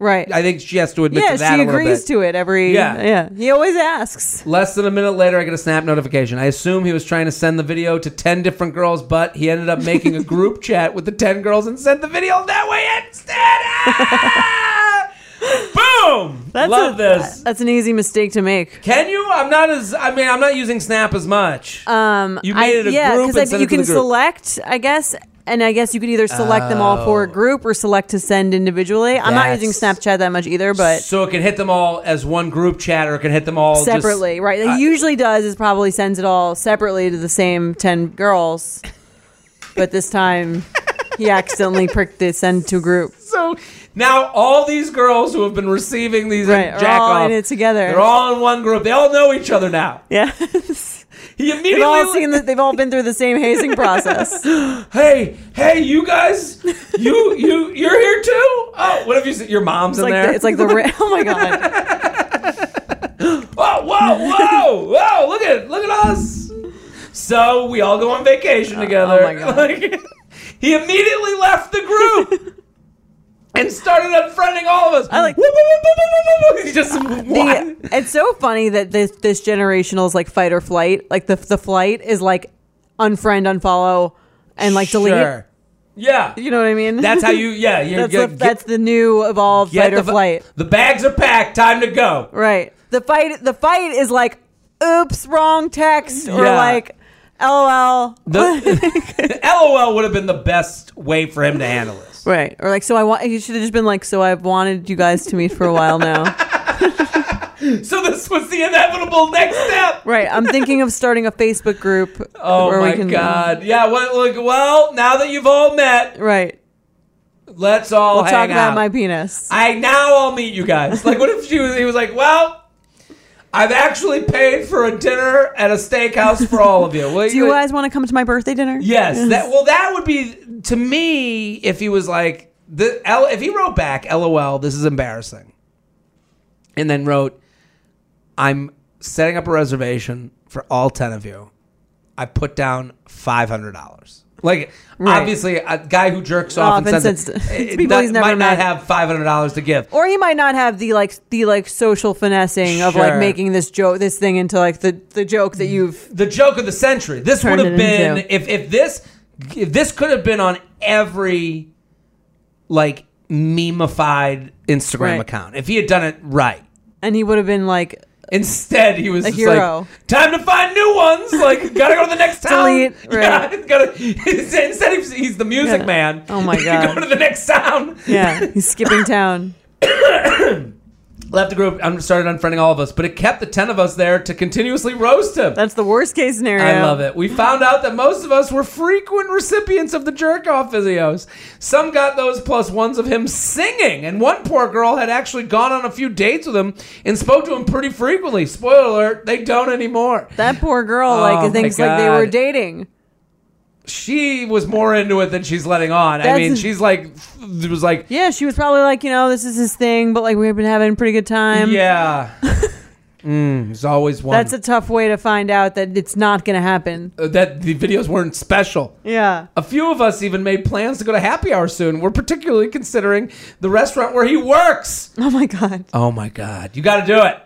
S3: Right.
S2: I think she has to admit
S3: yeah,
S2: to that
S3: she
S2: a little
S3: agrees
S2: bit.
S3: to it every.
S2: Yeah.
S3: yeah. He always asks.
S2: Less than a minute later, I get a snap notification. I assume he was trying to send the video to 10 different girls, but he ended up making a group chat with the 10 girls and sent the video that way instead. Ah! Boom! Love
S3: a-
S2: this.
S3: That's an easy mistake to make.
S2: Can you? I'm not as. I mean, I'm not using Snap as much.
S3: Um,
S2: You made
S3: I,
S2: it a
S3: yeah,
S2: group and
S3: I-
S2: sent
S3: you
S2: it to
S3: can
S2: the group.
S3: select, I guess, and I guess you could either select them all for a group or select to send individually. I'm not using
S2: Oh. That's-
S3: Snapchat that much either, but
S2: so it can hit them all as one group chat, or it can hit them all just-
S3: separately, right? He
S2: I-
S3: usually does is probably sends it all separately to the same ten girls, but this time he accidentally pricked the send to group.
S2: so now all these girls who have been receiving these
S3: Right, are
S2: jack
S3: all
S2: off,
S3: in it together.
S2: They're all in one group. They all know each other now.
S3: Yeah,
S2: He
S3: they've
S2: immediately.
S3: all seen that. They've all been through the same hazing process.
S2: hey, hey, you guys, you you you're here too. Oh, what have you seen? Your mom's
S3: It's
S2: in
S3: like
S2: there.
S3: the, it's like the ra- oh my god,
S2: whoa, whoa, whoa, whoa! Look at look at us. So we all go on vacation together.
S3: oh my God.
S2: Like, he immediately left the group and started unfriending all of us. I
S3: like-
S2: Whoop, whoop, whoop, whoop, whoop, whoop. He just
S3: the,
S2: what?
S3: it's so funny that this this generational's like fight or flight. Like the the flight is like unfriend, unfollow, and like delete.
S2: Sure. Yeah,
S3: You know what I mean?
S2: that's how you. Yeah, you're
S3: that's,
S2: gonna
S3: the,
S2: get-
S3: that's the new evolved
S2: get
S3: fight or
S2: the,
S3: flight.
S2: The bags are packed. Time to go.
S3: Right. The fight the fight is like oops, wrong text or
S2: Yeah.
S3: like LOL.
S2: The, LOL would have been the best way for him to handle this.
S3: right. Or like so I want you should have just been like so I've wanted you guys to meet for a while now.
S2: So this was the inevitable next step.
S3: right. I'm thinking of starting a Facebook group
S2: Oh my god! Yeah. Well, look. Well, now that you've all met,
S3: Right.
S2: let's all
S3: We'll talk
S2: hang
S3: about
S2: out.
S3: my penis.
S2: I now I'll meet you guys. Like, what if she was? He was like, well. I've actually paid for a dinner at a steakhouse for all of you. Will
S3: Do you guys want to come to my birthday dinner?
S2: Yes. That well, that would be to me if he was like the L, if he wrote back, "LOL, this is embarrassing," and then wrote, "I'm setting up a reservation for all ten of you. I put down five hundred dollars." Like
S3: Right.
S2: obviously, a guy who jerks off and
S3: and
S2: sends
S3: sends
S2: it,
S3: to-
S2: it
S3: people
S2: not-
S3: he's never
S2: might not
S3: met.
S2: have five hundred dollars to give.
S3: Or you might not have the like the like social finessing of like
S2: Sure.
S3: making this joke this thing into like the the joke that you've
S2: the joke of the century. This
S3: Turned
S2: would have
S3: it
S2: been
S3: into-
S2: if if this if this could have been on every like memeified Instagram
S3: Right.
S2: account. If he had done it right.
S3: and he would have been like
S2: Instead, he was
S3: A
S2: just
S3: hero.
S2: like, "Time to find new ones. Like, gotta go to the next town.
S3: Delete, right.
S2: Yeah, gotta. Instead, he's, he's the music
S3: Yeah.
S2: man.
S3: Oh my God.
S2: go to the next town.
S3: yeah, he's skipping town.
S2: Left the group. un- Started unfriending all of us, but it kept the ten of us there to continuously roast him.
S3: That's the worst case scenario.
S2: I love it. We found out that most of us were frequent recipients of the jerk off videos. Some got those plus ones of him singing, and one poor girl had actually gone on a few dates with him and spoke to him pretty frequently. Spoiler alert, they don't anymore.
S3: That poor girl
S2: Oh, my
S3: like thinks like they were
S2: God.
S3: dating.
S2: She was more into it than she's letting on. I
S3: That's-
S2: mean, she's like, it was like,
S3: Yeah, she was probably like, you know, this is his thing, but like we've been having a pretty good time.
S2: yeah. There's always one.
S3: That's a tough way to find out that it's not going to happen.
S2: Uh, that the videos weren't special.
S3: Yeah.
S2: A few of us even made plans to go to happy hour soon. We're particularly considering the restaurant where he works.
S3: Oh my god.
S2: Oh my god, you got to do it.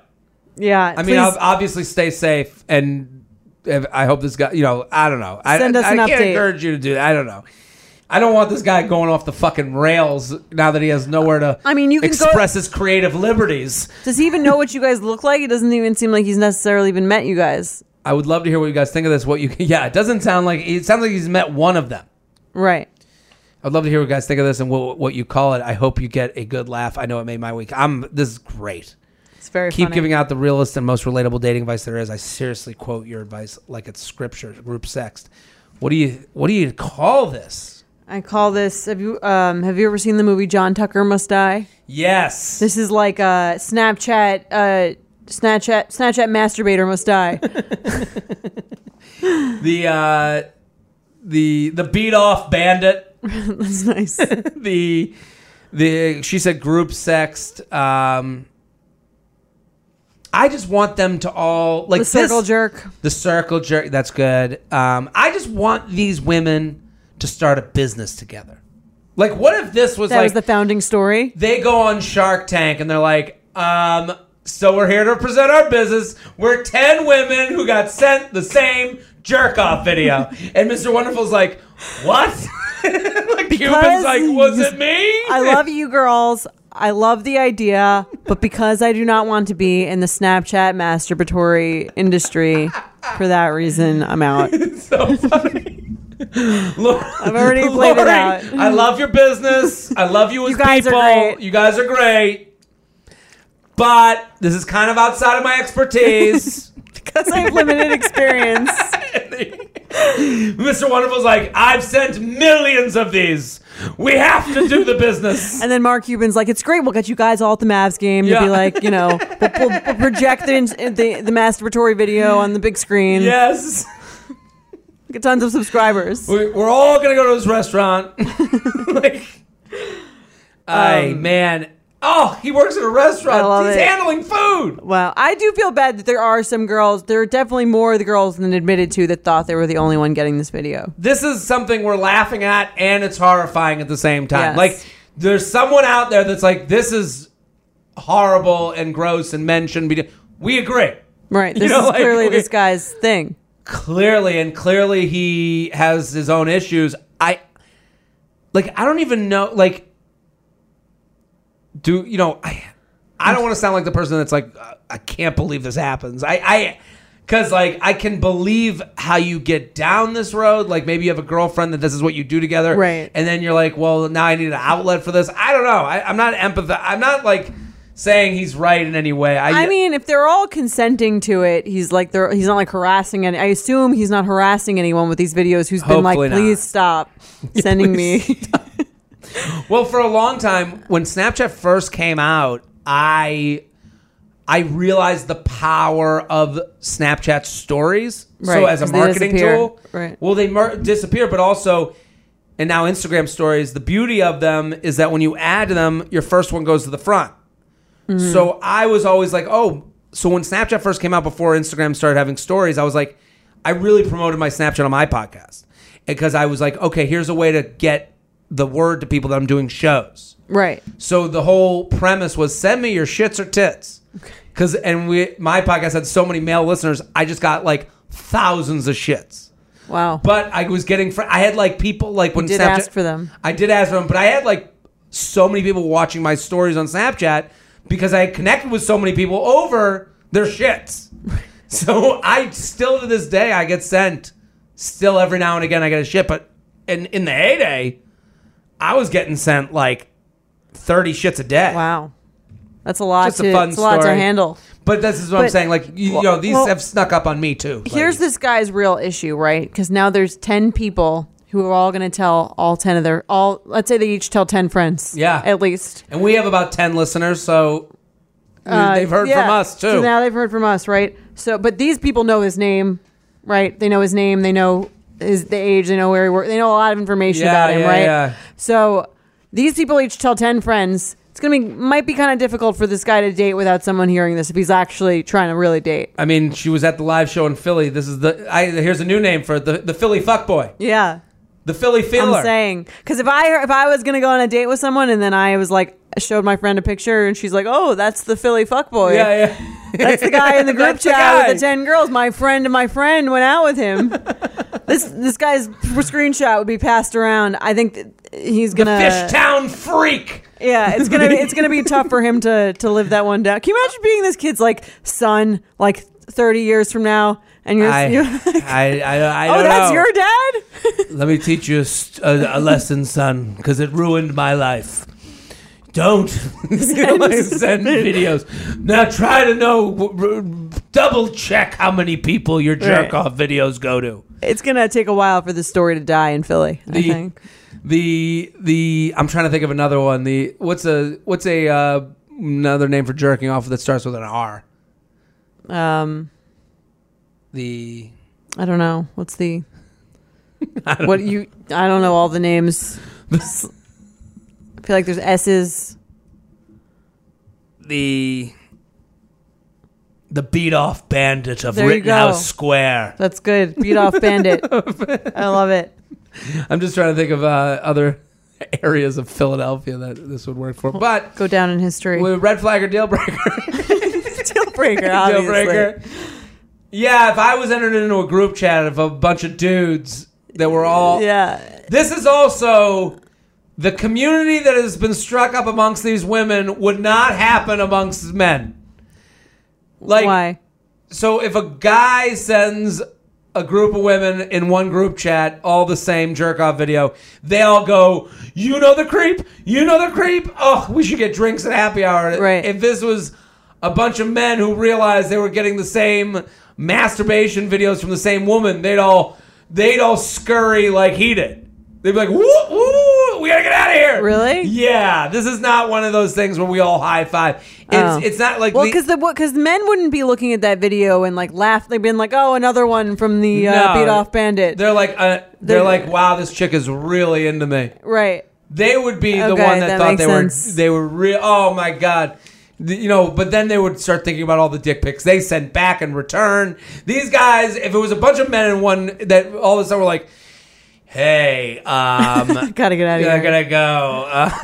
S3: Yeah.
S2: I mean,
S3: please
S2: ob- obviously, stay safe, and if- I hope this guy. You know, I don't know. I,
S3: Send us
S2: I,
S3: an
S2: I can't
S3: update.
S2: encourage you to do. That. I don't know. I don't want this guy going off the fucking rails now that he has nowhere to.
S3: I mean, you can go-
S2: express his creative liberties.
S3: Does he even know what you guys look like? It doesn't even seem like he's necessarily even met you guys.
S2: I would love to hear what you guys think of this. What you? Yeah, it doesn't sound like it sounds like he's met one of them.
S3: Right.
S2: I'd love to hear what you guys think of this and what, what you call it. I hope you get a good laugh. I know it made my week. I'm this is great.
S3: It's very
S2: Keep
S3: funny.
S2: giving out the realest and most relatable dating advice there is. I seriously quote your advice like it's scripture. Group sext. What do you what do you call this?
S3: I call this have you um have you ever seen the movie John Tucker Must Die?
S2: Yes.
S3: This is like a Snapchat uh Snapchat Snapchat masturbator must die.
S2: the uh, the the beat off bandit.
S3: That's nice.
S2: The the she said group sext. Um, I just want them to all like
S3: the circle
S2: this,
S3: jerk.
S2: The circle jerk. That's good. Um, I just want these women to start a business together. Like, what if this was
S3: That
S2: like
S3: was the founding story.
S2: they go on Shark Tank and they're like, um, so we're here to present our business. We're ten women who got sent the same jerk off video, and Mr. Wonderful's like, what? like Cuban's like, was it me?
S3: I love you girls. I love the idea, but because I do not want to be in the Snapchat masturbatory industry for that reason, I'm out.
S2: so funny. I've
S3: already played it out.
S2: I love your business. I love you as
S3: guys are
S2: people.
S3: great.
S2: You guys are great. But this is kind of outside of my expertise.
S3: Because I have limited experience.
S2: Mr. Wonderful's like, I've sent millions of these. We have to do the business.
S3: And then Mark Cuban's like, it's great. We'll get you guys all at the Mavs game. You'll be
S2: Yeah.
S3: like, you know, we'll, we'll- we'll project the, the, the masturbatory video on the big screen.
S2: yes.
S3: Get tons of subscribers.
S2: We- We're all going to go to this restaurant. like, I, man. Oh, he works at a restaurant.
S3: Um, I love
S2: He's
S3: it.
S2: handling food.
S3: Wow. I do feel bad that there are some girls, there are definitely more of the girls than admitted to that thought they were the only one getting this video.
S2: this is something we're laughing at and it's horrifying at the same time.
S3: Yes.
S2: Like there's someone out there that's like, this is horrible and gross and men shouldn't be. Do-. We agree
S3: Right.
S2: You
S3: This
S2: know,
S3: is
S2: like,
S3: clearly
S2: we-
S3: this guy's thing.
S2: clearly, and clearly he has his own issues. I like I don't even know like do you know I I don't want to sound like the person that's like "Uh, I can't believe this happens. I I cuz like I can believe how you get down this road like maybe you have a girlfriend that this is what you do together
S3: Right.
S2: and then you're like well now I need an outlet for this. I don't know. I, I'm not empath I'm not like saying he's right in any way. I,
S3: I mean, if they're all consenting to it, he's like they're, he's not like harassing any. I assume he's not harassing anyone with these videos who's been like,
S2: Hopefully not.
S3: please stop sending me.
S2: Well, for a long time, when Snapchat first came out, I I realized the power of Snapchat stories.
S3: Right,
S2: so as a
S3: 'cause they
S2: marketing
S3: disappear.
S2: tool,
S3: Right.
S2: Well, they mer- disappear, but also, and now Instagram stories. The beauty of them is that when you add them, your first one goes to the front. So I was always like, oh, so when Snapchat first came out before Instagram started having stories, I was like, I really promoted my Snapchat on my podcast because I was like, okay, here's a way to get the word to people that I'm doing shows.
S3: right.
S2: So the whole premise was send me your shits or tits. Cause and we my podcast had so many male listeners, I just got like thousands of shits.
S3: Wow.
S2: But I was getting fr- I had like people like when
S3: did
S2: Snapchat
S3: ask for them.
S2: I did ask for them, but I had like so many people watching my stories on Snapchat because I had connected with so many people over their shits. so I still to this day I get sent still every now and again I get a shit, but in in the heyday, I was getting sent like thirty shits a day.
S3: wow. That's a lot.
S2: Just
S3: To,
S2: a fun
S3: it's a lot to
S2: story.
S3: handle.
S2: But this is what I'm
S3: But-
S2: saying. Like you,
S3: Well-
S2: you know, these
S3: well-
S2: have snuck up on me too.
S3: Here's
S2: Like,
S3: this guy's real issue, right? Because now there's ten people who are all going to tell all ten of their all. Let's say they each tell ten friends.
S2: Yeah.
S3: At least.
S2: and we have about ten listeners, so
S3: Uh,
S2: they've heard
S3: yeah.
S2: from us too.
S3: So now they've heard from us, right? So, but these people know his name, right? They know his name. They know his the age. They know where he works. They know a lot of information
S2: Yeah,
S3: about him,
S2: yeah,
S3: right?
S2: yeah.
S3: So these people each tell ten friends. It's gonna be might be kind of difficult for this guy to date without someone hearing this if he's actually trying to really date.
S2: I mean, she was at the live show in Philly. This is the I here's a new name for it, the the Philly fuckboy,
S3: Yeah,
S2: the Philly feeler.
S3: I'm saying because if I if I was gonna go on a date with someone and then I was like showed my friend a picture and she's like, oh, that's the Philly fuckboy.
S2: yeah, yeah.
S3: That's the guy in the group
S2: That's the
S3: chat
S2: guy.
S3: with the ten girls. My friend and my friend went out with him. this this guy's screenshot would be passed around. I think that he's
S2: The
S3: gonna
S2: fish town freak.
S3: Yeah, it's gonna be, it's gonna be tough for him to to live that one down. Can you imagine being this kid's like son like thirty years from now and you're,
S2: I,
S3: you're
S2: I, I, I
S3: oh
S2: don't
S3: that's
S2: know.
S3: your dad?
S2: Let me teach you a, st- a, a lesson, son, because it ruined my life. Don't send, send videos. Now try to know, r- r- double check how many people your jerk off videos go to.
S3: it's gonna take a while for this story to die in Philly. I
S2: The-
S3: think
S2: The the I'm trying to think of another one. The what's a what's a uh, another name for jerking off that starts with an R?
S3: um
S2: The
S3: I don't know what's the what you I don't know all the names. I feel like there's S's.
S2: the the beat off bandit of
S3: There you go.
S2: Rittenhouse Square.
S3: That's good. Beat off bandit. I love it.
S2: I'm just trying to think of uh, other areas of Philadelphia that this would work for. But
S3: Go down in history.
S2: with red flag or deal breaker,
S3: Deal breaker.
S2: deal
S3: obviously.
S2: breaker. Yeah, if I was entered into a group chat of a bunch of dudes that were all
S3: Yeah.
S2: This is also the community that has been struck up amongst these women would not happen amongst men. Like
S3: Why?
S2: so if a guy sends a group of women in one group chat all the same jerk off video, they all go, "You know the creep, you know the creep." Oh, we should get drinks at happy hour.
S3: Right.
S2: If this was a bunch of men who realized they were getting the same masturbation videos from the same woman, they'd all they'd all scurry like he did. They'd be like, "Woo, woo, we gotta get out of here."
S3: Really?
S2: Yeah. This is not one of those things where we all high five. It's
S3: Oh.
S2: it's not like
S3: Well,
S2: the-
S3: because the because men wouldn't be looking at that video and like laugh. They've been like, oh, another one from the uh,
S2: No.
S3: beat off bandit.
S2: They're like, uh, they're,
S3: They're-
S2: like, wow, this chick is really into me.
S3: right.
S2: They would be the
S3: Okay,
S2: one that,
S3: that
S2: thought
S3: makes
S2: they
S3: sense.
S2: were they were real. Oh my god, The- you know. But then they would start thinking about all the dick pics they sent back in return. These guys, if it was a bunch of men in one, that all of a sudden were like, hey, um.
S3: Gotta get out of
S2: I
S3: here.
S2: gotta go. Uh,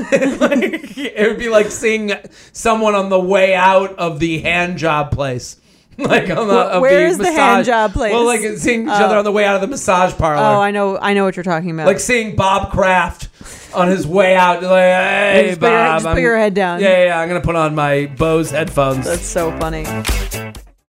S2: like, it would be like seeing someone on the way out of the hand job place. Like on the,
S3: Wh-
S2: of
S3: where
S2: the
S3: is the
S2: massage.
S3: hand job place?
S2: Well, like seeing each
S3: Oh.
S2: other on the way out of the massage parlor.
S3: Oh, I know. I know what you're talking about.
S2: Like seeing Bob Kraft on his way out, like, hey,
S3: Just put
S2: Bob.
S3: your- just put
S2: I'm-
S3: your head down."
S2: Yeah, yeah, yeah, I'm going to put on my Bose headphones.
S3: That's so funny.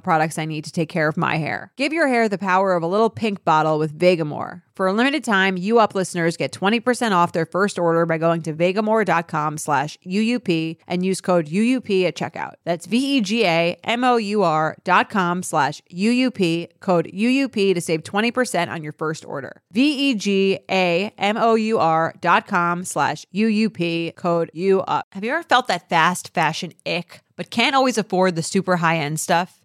S1: products I need to take care of my hair. Give your hair the power of a little pink bottle with Vegamore. For a limited time, you up listeners get 20% off their first order by going to vegamore.com slash UUP and use code UUP at checkout. That's E V-E-G-A-M-O-U-R dot com slash UUP, code UUP to save 20% on your first order. E V-E-G-A-M-O-U-R dot com slash UUP, code UUP. Have you ever felt that fast fashion ick, but can't always afford the super high-end stuff?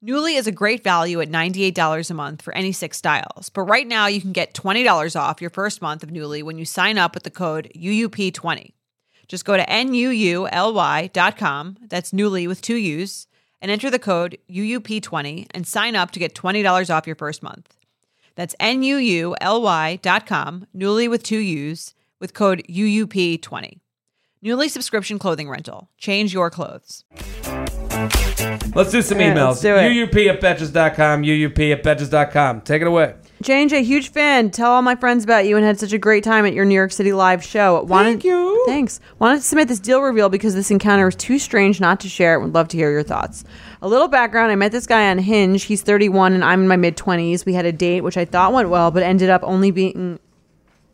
S1: Newly is a great value at $98 a month for any six styles, but right now you can get $20 off your first month of Newly when you sign up with the code UUP20. Just go to NUULY.com, that's Newly with two U's, and enter the code UUP20 and sign up to get $20 off your first month. That's NUULY.com, Newly with two U's, with code UUP20. Newly subscription clothing rental. Change your clothes.
S2: Let's do some
S3: Yeah,
S2: emails.
S3: let's do it.
S2: UUP at betches.com, UUP at betches.com. Take it away.
S3: Jane J, huge fan. Tell all my friends about you and had such a great time at your New York City live show. Wanted,
S2: Thank you.
S3: Thanks. Wanted to submit this deal reveal because this encounter was too strange not to share. Would love to hear your thoughts. A little background I met this guy on Hinge. He's 31 and I'm in my mid 20s. We had a date, which I thought went well, but ended up only being.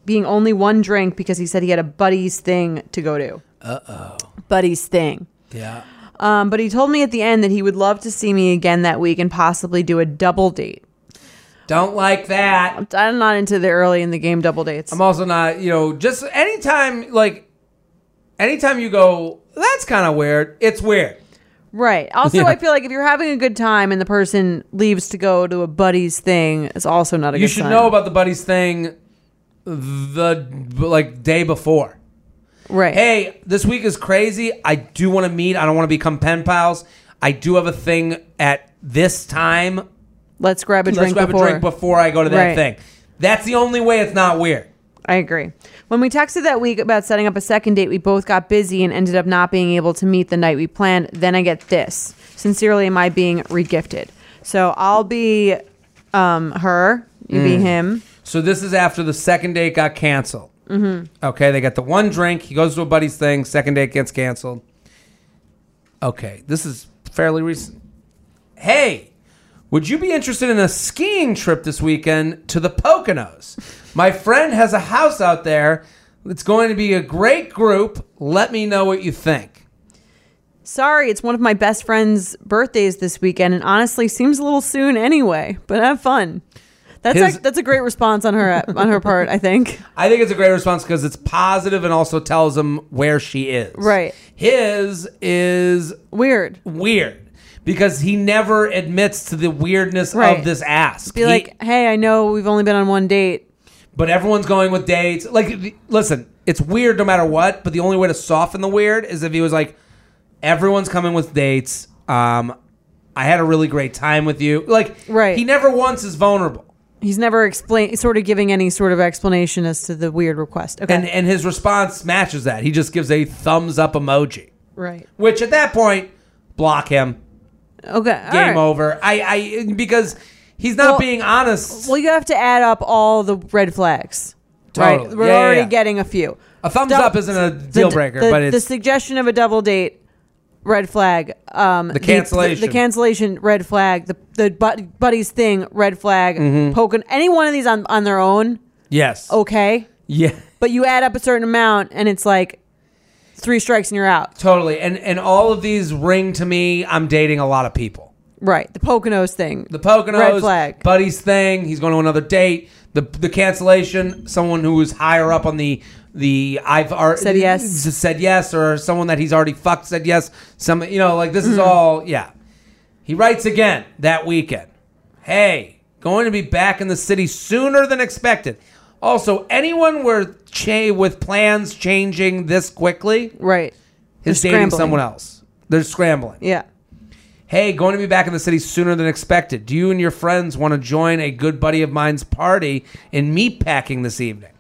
S3: Being only one drink because he said he had a buddy's thing to go to. Uh oh. Buddy's thing.
S2: Yeah.
S3: Um, but he told me at the end that he would love to see me again that week and possibly do a double date.
S2: Don't like that.
S3: I'm not into the early in the game double dates.
S2: I'm also not, you know, just anytime, like, anytime you go, that's kind of weird, it's weird.
S3: right. Also,
S2: Yeah.
S3: I feel like if you're having a good time and the person leaves to go to a buddy's thing, it's also not a
S2: You
S3: good
S2: should
S3: sign.
S2: know about the buddies thing the, like, day before.
S3: Right.
S2: hey, this week is crazy. I do want to meet. I don't want to become pen pals. I do have a thing at this time.
S3: Let's grab a
S2: Let's
S3: drink
S2: grab
S3: before.
S2: a drink before I go to that
S3: Right.
S2: thing. That's the only way it's not weird.
S3: I agree. When we texted that week about setting up a second date, we both got busy and ended up not being able to meet the night we planned. Then I get this. Sincerely, am I being regifted? So I'll be um, her, you
S2: Mm.
S3: be him.
S2: So this is after the second date got canceled. Mm-hmm. Okay, they got the one drink. He goes to a buddy's thing. Second date gets canceled. Okay, this is fairly recent. Hey, would you be interested in a skiing trip this weekend to the Poconos? My friend has a house out there. It's going to be a great group. Let me know what you think.
S3: Sorry, it's one of my best friend's birthdays this weekend, and honestly, seems a little soon anyway. But have fun. That's
S2: His-
S3: like, that's a great response on her on her part. I think.
S2: I think it's a great response because it's positive and also tells him where she is.
S3: Right.
S2: His is
S3: Weird.
S2: weird because he never admits to the weirdness
S3: Right.
S2: of this ask.
S3: Be
S2: He-
S3: like, hey, I know we've only been on one date.
S2: but everyone's going with dates. Like, th- listen, it's weird no matter what. But the only way to soften the weird is if he was like, everyone's coming with dates. Um, I had a really great time with you. Like,
S3: Right.
S2: He never once is vulnerable.
S3: He's never explain sort of giving any sort of explanation as to the weird request. Okay,
S2: And, and his response matches that. He just gives a thumbs up emoji,
S3: right.
S2: which at that point, block him.
S3: Okay, all
S2: Game
S3: right.
S2: over. I, I because he's not
S3: Well-
S2: being honest.
S3: Well, you have to add up all the red flags. Right,
S2: Totally.
S3: we're
S2: Yeah, yeah,
S3: already
S2: yeah.
S3: getting a few.
S2: a thumbs
S3: Dou-
S2: up isn't a
S3: the-
S2: deal breaker,
S3: the-
S2: but
S3: the
S2: it's
S3: suggestion of a double date, red flag. Um, the
S2: cancellation.
S3: the, cancellation, red flag. The the bud- buddies thing, red flag.
S2: Mm-hmm.
S3: Poking any one of these on on their own,
S2: yes.
S3: okay.
S2: Yeah,
S3: But you add up a certain amount, and it's like three strikes and you're out.
S2: totally. And and all of these ring to me. I'm dating a lot of people.
S3: Right. The Poconos thing.
S2: The Poconos,
S3: Red flag.
S2: buddies thing. He's going to another date. The the cancellation. Someone who is higher up on the the I've already
S3: Said yes.
S2: said yes, or someone that he's already fucked said yes. Some you know like this is
S3: Mm-hmm.
S2: all yeah. He writes again that weekend. Hey, going to be back in the city sooner than expected. Also, anyone with cha- with plans changing this quickly,
S3: right.
S2: is
S3: They're
S2: dating
S3: scrambling.
S2: someone else. They're scrambling.
S3: Yeah.
S2: Hey, going to be back in the city sooner than expected. Do you and your friends want to join a good buddy of mine's party in meatpacking this evening?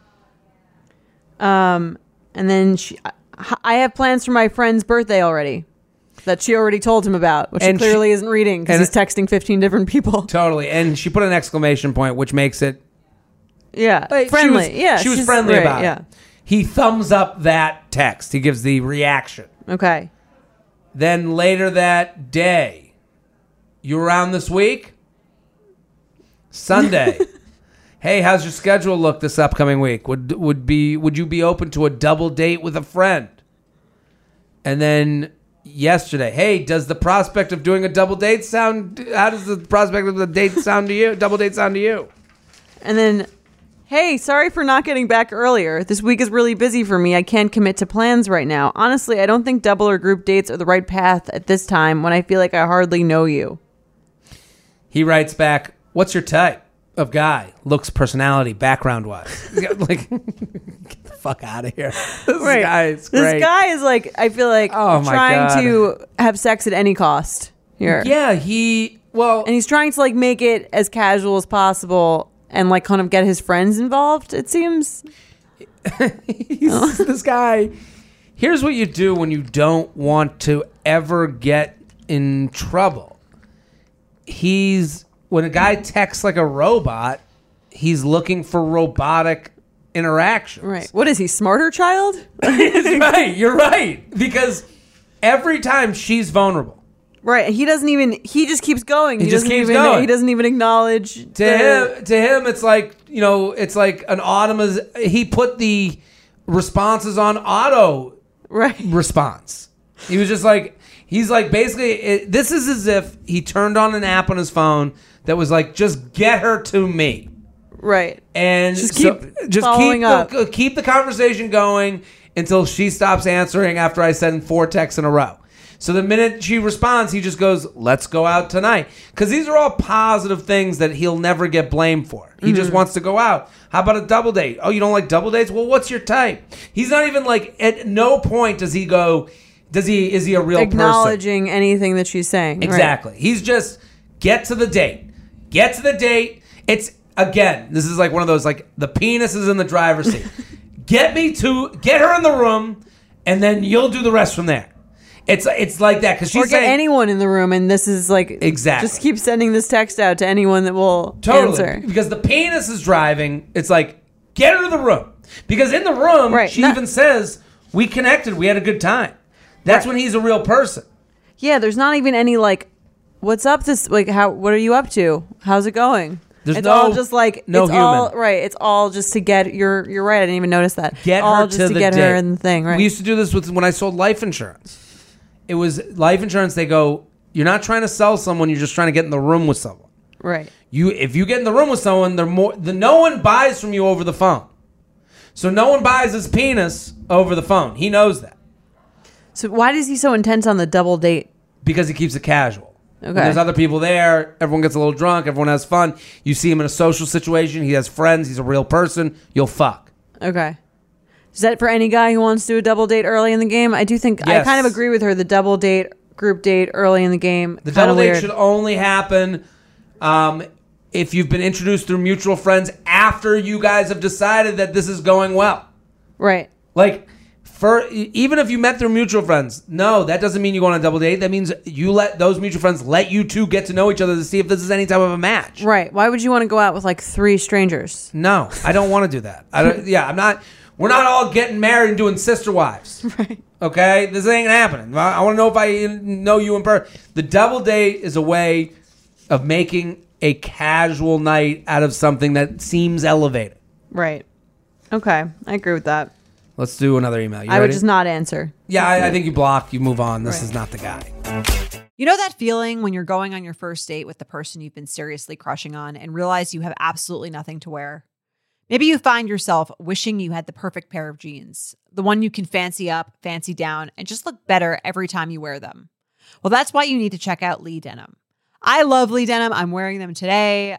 S3: Um, and then she, I- I have plans for my friend's birthday already. That she already told him about, which
S2: And
S3: he clearly
S2: she-
S3: isn't reading because
S2: and-
S3: he's texting fifteen different people.
S2: Totally. And she put an exclamation point, which makes it
S3: Yeah,
S2: like, she
S3: friendly.
S2: was-
S3: yeah,
S2: she was
S3: she's-
S2: friendly
S3: right,
S2: about it. He thumbs up that text. He gives the reaction.
S3: Yeah. Okay.
S2: Then later that day, you around this week? Sunday. hey, how's your schedule look this upcoming week? Would would be would you be open to a double date with a friend? And then yesterday, hey, does the prospect of doing a double date sound how does the prospect of the date sound to you? Double date sound to you?
S3: And then, hey, sorry for not getting back earlier. This week is really busy for me. I can't commit to plans right now. Honestly, I don't think double or group dates are the right path at this time when I feel like I hardly know you.
S2: He writes back, "What's your type of guy? Looks, personality, background wise." like get the fuck out of here. This guy is great.
S3: This guy is like, I feel like
S2: Oh, my
S3: trying
S2: God.
S3: to have sex at any cost here.
S2: Yeah, he well,
S3: And he's trying to like make it as casual as possible and like kind of get his friends involved, it seems.
S2: he's, this guy. Here's what you do when you don't want to ever get in trouble. He's when a guy texts like a robot, he's looking for robotic interactions.
S3: Right. What is he, smarter child?
S2: It's right. You're right because every time she's vulnerable.
S3: Right. He doesn't even, he just keeps going. He,
S2: just
S3: doesn't
S2: keeps
S3: even,
S2: going.
S3: He doesn't even acknowledge.
S2: to
S3: the-
S2: him to him it's like you know it's like an automa he put the responses on auto
S3: Right.
S2: response he was just like he's like basically it, this is as if he turned on an app on his phone that was like just get her to me
S3: Right.
S2: and
S3: Just
S2: so-
S3: keep
S2: just keep
S3: following
S2: the,
S3: up.
S2: keep the conversation going until she stops answering after I send four texts in a row. So the minute she responds, he just goes, "Let's go out tonight," because these are all positive things that he'll never get blamed for. He
S3: Mm-hmm.
S2: just wants to go out. How about a double date? Oh, you don't like double dates? Well, what's your type? He's not even like at no point does he go, does he is he a real person?
S3: Acknowledging anything that she's saying. Right.
S2: Exactly. He's just get to the date. Get to the date. It's again, this is like one of those like the penis is in the driver's seat. get me to get her in the room and then you'll do the rest from there. It's it's like that cuz she's
S3: Or get
S2: saying
S3: anyone in the room, and this is like
S2: Exactly.
S3: Just keep sending this text out to anyone that will
S2: totally
S3: answer.
S2: because the penis is driving. It's like get her to the room because in the room
S3: Right,
S2: she
S3: not-
S2: even says we connected, we had a good time. That's when he's a real person.
S3: Yeah, there's not even any like, what's up? This like, how? What are you up to? How's it going?
S2: There's
S3: it's
S2: no-
S3: all just like
S2: no
S3: it's
S2: human.
S3: all right. It's all just to get. You're you're right. I didn't even notice that.
S2: get
S3: all
S2: her
S3: just
S2: to,
S3: to
S2: the
S3: get her
S2: date.
S3: in the thing. Right.
S2: We used to do this with when I sold life insurance. It was life insurance. They go, you're not trying to sell someone. You're just trying to get in the room with someone.
S3: right.
S2: You, if you get in the room with someone, they're more. The, no one buys from you over the phone. So no one buys his penis over the phone. He knows that
S3: So why is he so intense on the double date?
S2: because he keeps it casual. When
S3: Okay.
S2: there's other people there. Everyone gets a little drunk. Everyone has fun. You see him in a social situation. He has friends. He's a real person. You'll fuck.
S3: Okay. Is that for any guy who wants to do a double date early in the game? I do think I
S2: Yes.
S3: kind of agree with her. The double date, group date early in the game.
S2: The
S3: kinda
S2: double date
S3: weird.
S2: should only happen um, if you've been introduced through mutual friends after you guys have decided that this is going well.
S3: right.
S2: Like, for e, even if you met through mutual friends, no, that doesn't mean you go on a double date. That means you let those mutual friends let you two get to know each other to see if this is any type of a match.
S3: Right. Why would you want to go out with like three strangers?
S2: No, I don't want to do that. I don't. Yeah, I'm not. We're not all getting married and doing sister wives. Right. Okay, this ain't happening. I, want to know if I know you in person. The double date is a way of making a casual night out of something that seems elevated.
S3: Right. Okay. I agree with that.
S2: Let's do another email. You
S3: I would
S2: ready?
S3: just not answer.
S2: Yeah, I, I think you block. You move on. This is not the guy.
S1: You know that feeling when you're going on your first date with the person you've been seriously crushing on and realize you have absolutely nothing to wear? Maybe you find yourself wishing you had the perfect pair of jeans, the one you can fancy up, fancy down, and just look better every time you wear them. Well, that's why you need to check out Lee Denim. I love Lee Denim. I'm wearing them today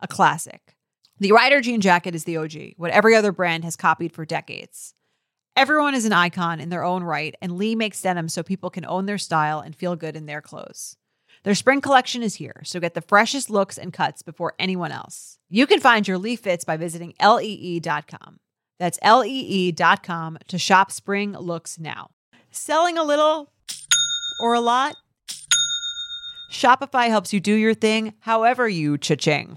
S1: a classic. The Rider jean jacket is the OG, what every other brand has copied for decades. Everyone is an icon in their own right, and Lee makes denim so people can own their style and feel good in their clothes. Their spring collection is here, so get the freshest looks and cuts before anyone else. You can find your Lee fits by visiting E lee.com. That's E lee.com to shop spring looks now. Selling a little or a lot? Shopify helps you do your thing however you cha-ching.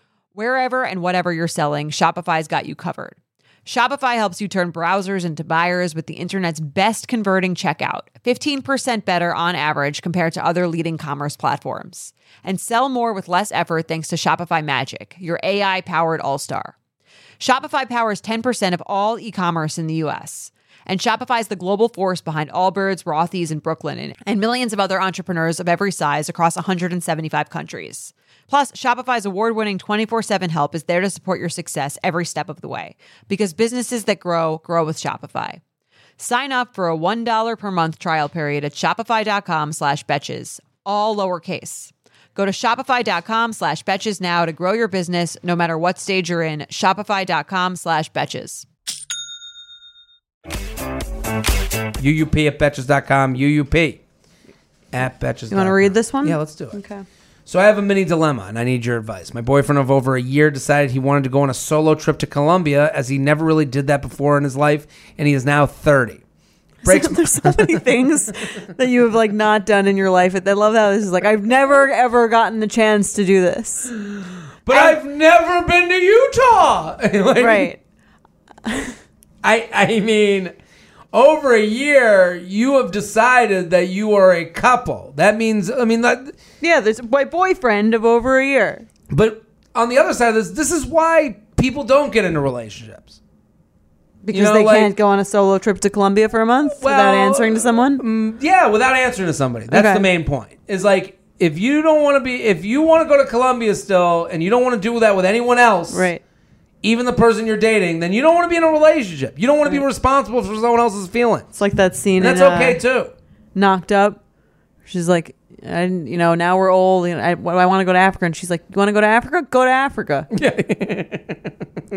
S1: Wherever and whatever you're selling, Shopify's got you covered. Shopify helps you turn browsers into buyers with the internet's best converting checkout, 15% better on average compared to other leading commerce platforms. And sell more with less effort thanks to Shopify Magic, your AI powered all star. Shopify powers 10% of all e commerce in the US. And Shopify is the global force behind Allbirds, Rothy's, and Brooklyn, and, and millions of other entrepreneurs of every size across 175 countries. Plus, Shopify's award winning 24 7 help is there to support your success every step of the way because businesses that grow, grow with Shopify. Sign up for a $1 per month trial period at shopify.com slash betches, all lowercase. Go to shopify.com slash betches now to grow your business no matter what stage you're in. Shopify.com slash betches.
S2: UUP at Betches.com. UUP at Betches.
S3: You want to read this one?
S2: Yeah, let's do it.
S3: Okay.
S2: So I have a mini dilemma and I need your advice. My boyfriend of over a year decided he wanted to go on a solo trip to Colombia as he never really did that before in his life and he is now 30. Breaks my-
S3: There's so many things that you have like not done in your life. I love how this is like I've never ever gotten the chance to do this.
S2: but I've never been to Utah. Like,
S3: Right.
S2: I I mean, over a year you have decided that you are a couple. That means I mean that
S3: Yeah, there's my boyfriend of over a year.
S2: but on the other side of this, this is why people don't get into relationships.
S3: Because
S2: know,
S3: they
S2: like-
S3: can't go on a solo trip to Colombia for a month without
S2: Well,
S3: answering to someone.
S2: Mm, yeah, without answering to somebody. That's
S3: Okay.
S2: the main point. Is like if you don't want to be if you want to go to Colombia still and you don't want to do that with anyone else,
S3: Right.
S2: Even the person you're dating, then you don't want to be in a relationship. You don't want to be responsible for someone else's feelings.
S3: It's like that
S2: And
S3: scene.
S2: that's
S3: in, uh,
S2: okay too.
S3: knocked up. She's like, I, didn't- you know, now we're old. You know, I, I want to go to Africa, and she's like, you want to go to Africa? Go to Africa. Yeah.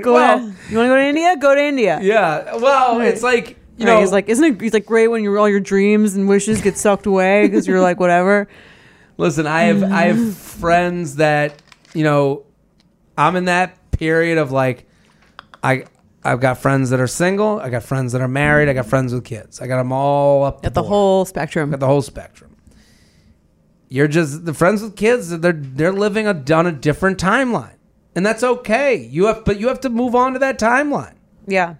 S3: go
S2: Well-
S3: to, you want to go to India? Go to India.
S2: Yeah. Well, it's like you know,
S3: he's like, isn't it? He's like, great when your all your dreams and wishes get sucked away because you're like, whatever.
S2: Listen, I have I
S3: Mm.
S2: have friends that you know, I'm in that period of like, I I've got friends that are single, I got friends that are married, I got friends with kids, I got them all up
S3: At the
S2: board.
S3: whole spectrum.
S2: got the whole spectrum. You're just the friends with kids. They're they're living a, on a different timeline, and that's okay. You have but you have to move on to that timeline.
S3: yeah.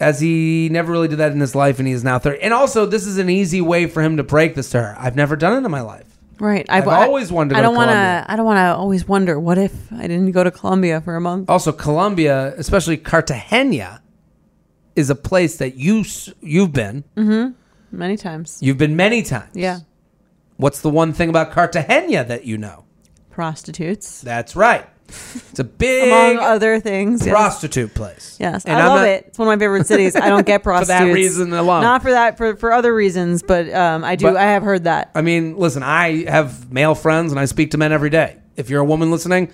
S2: As he never really did that in his life, and he is now thirty. And also, this is an easy way for him to break this to her. I've never done it in my life.
S3: Right.
S2: I've always wanted to
S3: I
S2: go to
S3: don't wanna-
S2: Colombia.
S3: I don't want to always wonder what if I didn't go to Colombia for a month.
S2: also Colombia, especially Cartagena, is a place that you s- you've been.
S3: Many times.
S2: You've been many times.
S3: Yeah.
S2: What's the one thing about Cartagena that you know?
S3: Prostitutes.
S2: That's right. It's a big
S3: Among other things. yes.
S2: prostitute place.
S3: Yes,
S2: And
S3: I
S2: I'm
S3: love
S2: not-
S3: it. It's one of my favorite cities. I don't
S2: that
S3: get prostitutes
S2: reason alone.
S3: Not for that, for, for other reasons, but um, I do.
S2: But-
S3: I have heard that.
S2: I mean, listen, I have male friends and I speak to men every day. If you're a woman listening,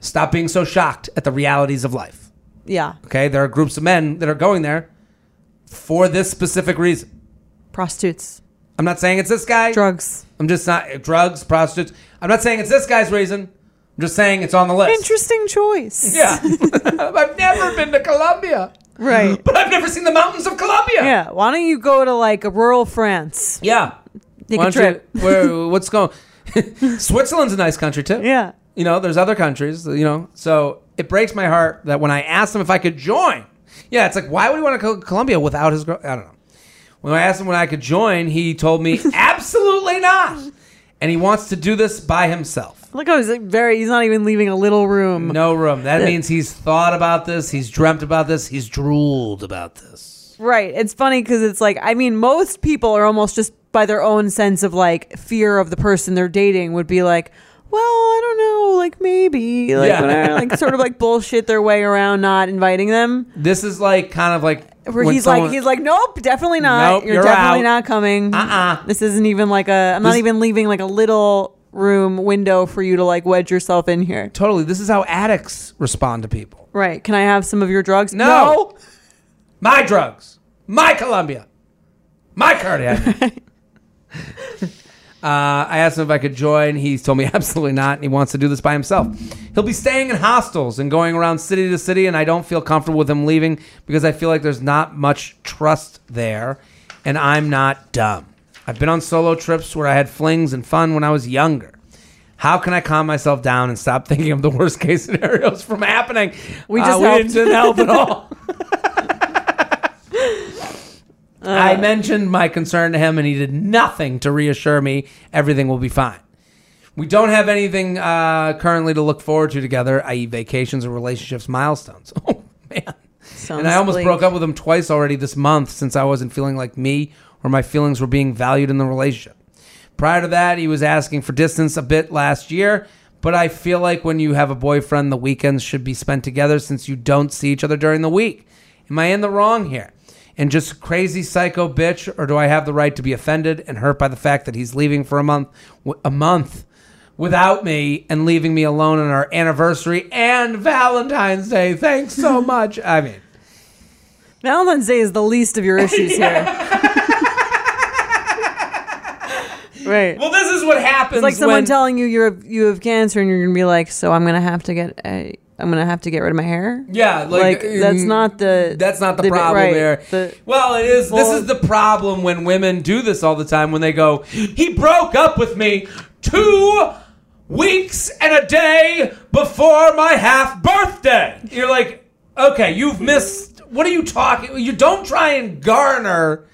S2: stop being so shocked at the realities of life.
S3: Yeah,
S2: Okay? There are groups of men that are going there for this specific reason.
S3: prostitutes,
S2: I'm not saying it's this guy.
S3: drugs.
S2: I'm just not drugs, prostitutes. I'm not saying it's this guy's reason. I'm just saying it's on the list.
S3: Interesting choice.
S2: Yeah. I've never been to Colombia,
S3: Right.
S2: but I've never seen the mountains of Colombia.
S3: Yeah. Why don't you go to like a rural France?
S2: Yeah.
S3: Take
S2: Why
S3: a
S2: don't you-
S3: trip.
S2: where, what's going? Switzerland's a nice country too.
S3: Yeah.
S2: You know, there's other countries. You know, so it breaks my heart that when I asked him if I could join, yeah, it's like why would he want to go to Colombia without his girl? I don't know. When I asked him when I could join, he told me absolutely not, and he wants to do this by himself.
S3: Look, I was like, very. He's not even leaving a little room.
S2: No room. That means he's thought about this. He's dreamt about this. He's drooled about this.
S3: Right. It's funny because it's like I mean, most people are almost just by their own sense of like fear of the person they're dating would be like, well, I don't know, like maybe, like
S2: Yeah.
S3: whatever, like sort of like bullshit their way around, not inviting them.
S2: This is like kind of like
S3: Where
S2: when
S3: he's
S2: someone-
S3: like, he's like, nope, definitely not.
S2: Nope,
S3: you're,
S2: you're
S3: definitely
S2: out.
S3: not coming.
S2: Uh-uh.
S3: This isn't even like a. I'm not
S2: This-
S3: even leaving like a little room window for you to like wedge yourself in here.
S2: totally. This is how addicts respond to people.
S3: Right? Can I have some of your drugs?
S2: No. My drugs, my Columbia, my cardiac. uh, I asked him if I could join. He told me absolutely not, and he wants to do this by himself. He'll be staying in hostels and going around city to city, and I don't feel comfortable with him leaving because I feel like there's not much trust there, and I'm not dumb. I've been on solo trips where I had flings and fun when I was younger. How can I calm myself down and stop thinking of the worst case scenarios from happening? Uh,
S3: We just
S2: we
S3: helped.
S2: didn't- didn't help at all. I mentioned my concern to him, and he did nothing to reassure me everything will be fine. We don't have anything uh, currently to look forward to together, i.e., vacations or relationships milestones. Oh man!
S3: Sounds
S2: and I almost
S3: bleak.
S2: broke up with him twice already this month since I wasn't feeling like me or my feelings were being valued in the relationship. Prior to that, he was asking for distance a bit last year, but I feel like when you have a boyfriend, the weekends should be spent together since you don't see each other during the week. Am I in the wrong here? And just crazy psycho bitch, or do I have the right to be offended and hurt by the fact that he's leaving for a month, w- a month without me and leaving me alone on our anniversary and Valentine's Day? Thanks so much. I mean,
S3: Valentine's Day is the least of your issues here. right.
S2: Well, this is what happens.
S3: it's like someone
S2: when-
S3: telling you you're you have cancer and you're gonna be like, so I'm gonna have to get a, I'm gonna have to get rid of my hair.
S2: Yeah,
S3: like,
S2: like,
S3: that's
S2: mm,
S3: not the
S2: That's not the, problem
S3: right,
S2: there.
S3: the-
S2: well, it is.
S3: Well-
S2: this is the problem when women do this all the time. When they go, he broke up with me two weeks and a day before my half birthday. You're like, okay, you've missed. What are you talking? You don't try and garner,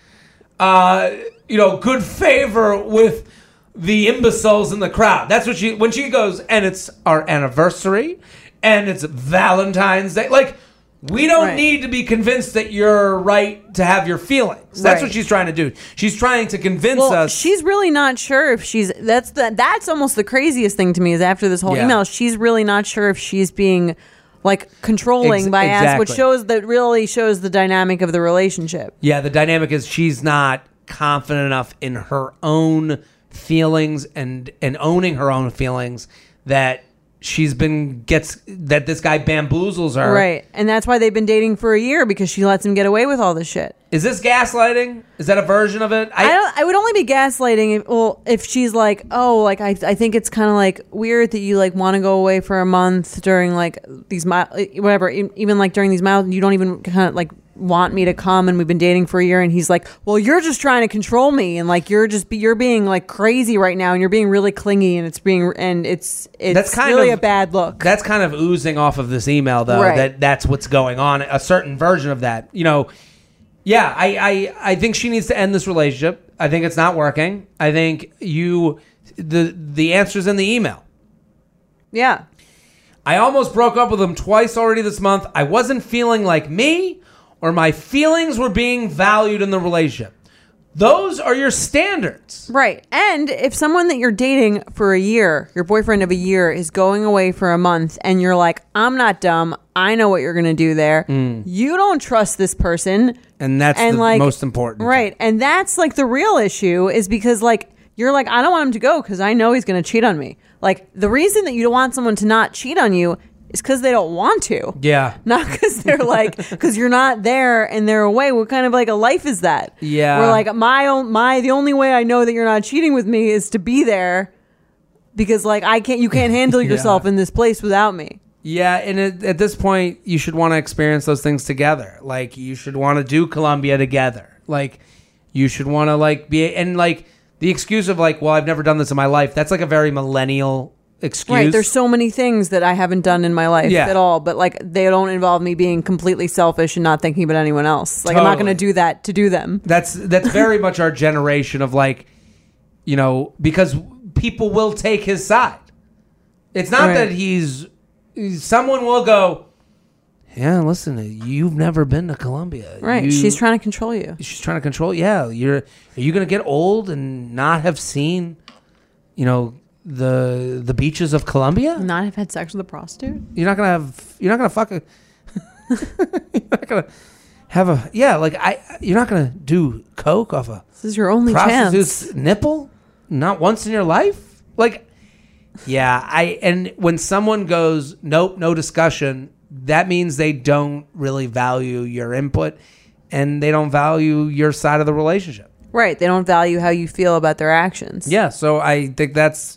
S2: uh, you know, good favor with the imbeciles in the crowd. That's what she when she goes, and it's our anniversary, and it's Valentine's Day. Like, we don't
S3: Right.
S2: need to be convinced that you're right to have your feelings. That's
S3: Right.
S2: what she's trying to do. She's trying to convince
S3: well,
S2: us.
S3: she's really not sure if she's that's the that's almost the craziest thing to me is after this whole
S2: Yeah.
S3: email, she's really not sure if she's being like controlling
S2: Ex-
S3: by ass, which
S2: exactly.
S3: shows that really shows the dynamic of the relationship.
S2: yeah, the dynamic is she's not confident enough in her own feelings and and owning her own feelings that she's been gets that this guy bamboozles her.
S3: Right. And that's why they've been dating for a year because she lets him get away with all this shit.
S2: Is this gaslighting? Is that a version of it?
S3: I don't I would only be gaslighting if well if she's like, "Oh, like I I think it's kind of like weird that you like want to go away for a month during like these mile whatever, e- even like during these miles you don't even kind of like want me to come and we've been dating for a year and he's like, "Well, you're just trying to control me and like you're just be, you're being like crazy right now and you're being really clingy and it's being and it's it's
S2: That's kind
S3: really
S2: of-
S3: a bad look."
S2: That's kind of oozing off of this email, though.
S3: Right.
S2: That that's what's going on. A certain version of that, you know. Yeah, I, I I think she needs to end this relationship. I think it's not working. I think you the the answer's in the email.
S3: yeah.
S2: I almost broke up with him twice already this month. I wasn't feeling like me, or my feelings were being valued in the relationship. Those are your standards.
S3: Right. And if someone that you're dating for a year, your boyfriend of a year, is going away for a month and you're like, I'm not dumb. I know what you're going to do there. You don't trust this person.
S2: Hmm. And that's the most important.
S3: Right. And that's like the real issue is because, like, you're like, I don't want him to go because I know he's going to cheat on me. Like, the reason that you don't want someone to not cheat on you is because they don't want to.
S2: Yeah.
S3: Not because they're like, because you're not there and they're away. What kind of like a life is that?
S2: Yeah.
S3: We're like, my own, my, the only way I know that you're not cheating with me is to be there because like I can't, you can't handle
S2: Yeah.
S3: yourself in this place without me.
S2: Yeah, and at, at this point, you should want to experience those things together. Like you should want to do Columbia together. Like you should want to like be and like the excuse of like, well, I've never done this in my life. That's like a very millennial excuse.
S3: Right. There's so many things that I haven't done in my life
S2: Yeah.
S3: at all, but like they don't involve me being completely selfish and not thinking about anyone else. Like I'm not
S2: Totally.
S3: going to do that to do them.
S2: that's that's very much our generation of like, you know, because people will take his side. It's not
S3: Right.
S2: that he's someone will go, yeah, listen, you've never been to Colombia.
S3: Right.
S2: You-
S3: She's trying to control you.
S2: she's trying to control. Yeah, you're are you going to get old and not have seen, you know, the the beaches of Colombia?
S3: Not have had sex with a prostitute?
S2: You're not going to have. You're not going to fuck a. you're not going to have a. Yeah, like I. You're not going to do coke off a
S3: This is your only chance.
S2: prostitute's nipple. Not once in your life. Like, yeah, I. And when someone goes, nope, no discussion. That means they don't really value your input, and they don't value your side of the relationship.
S3: Right. They don't value how you feel about their actions.
S2: Yeah, so I think that's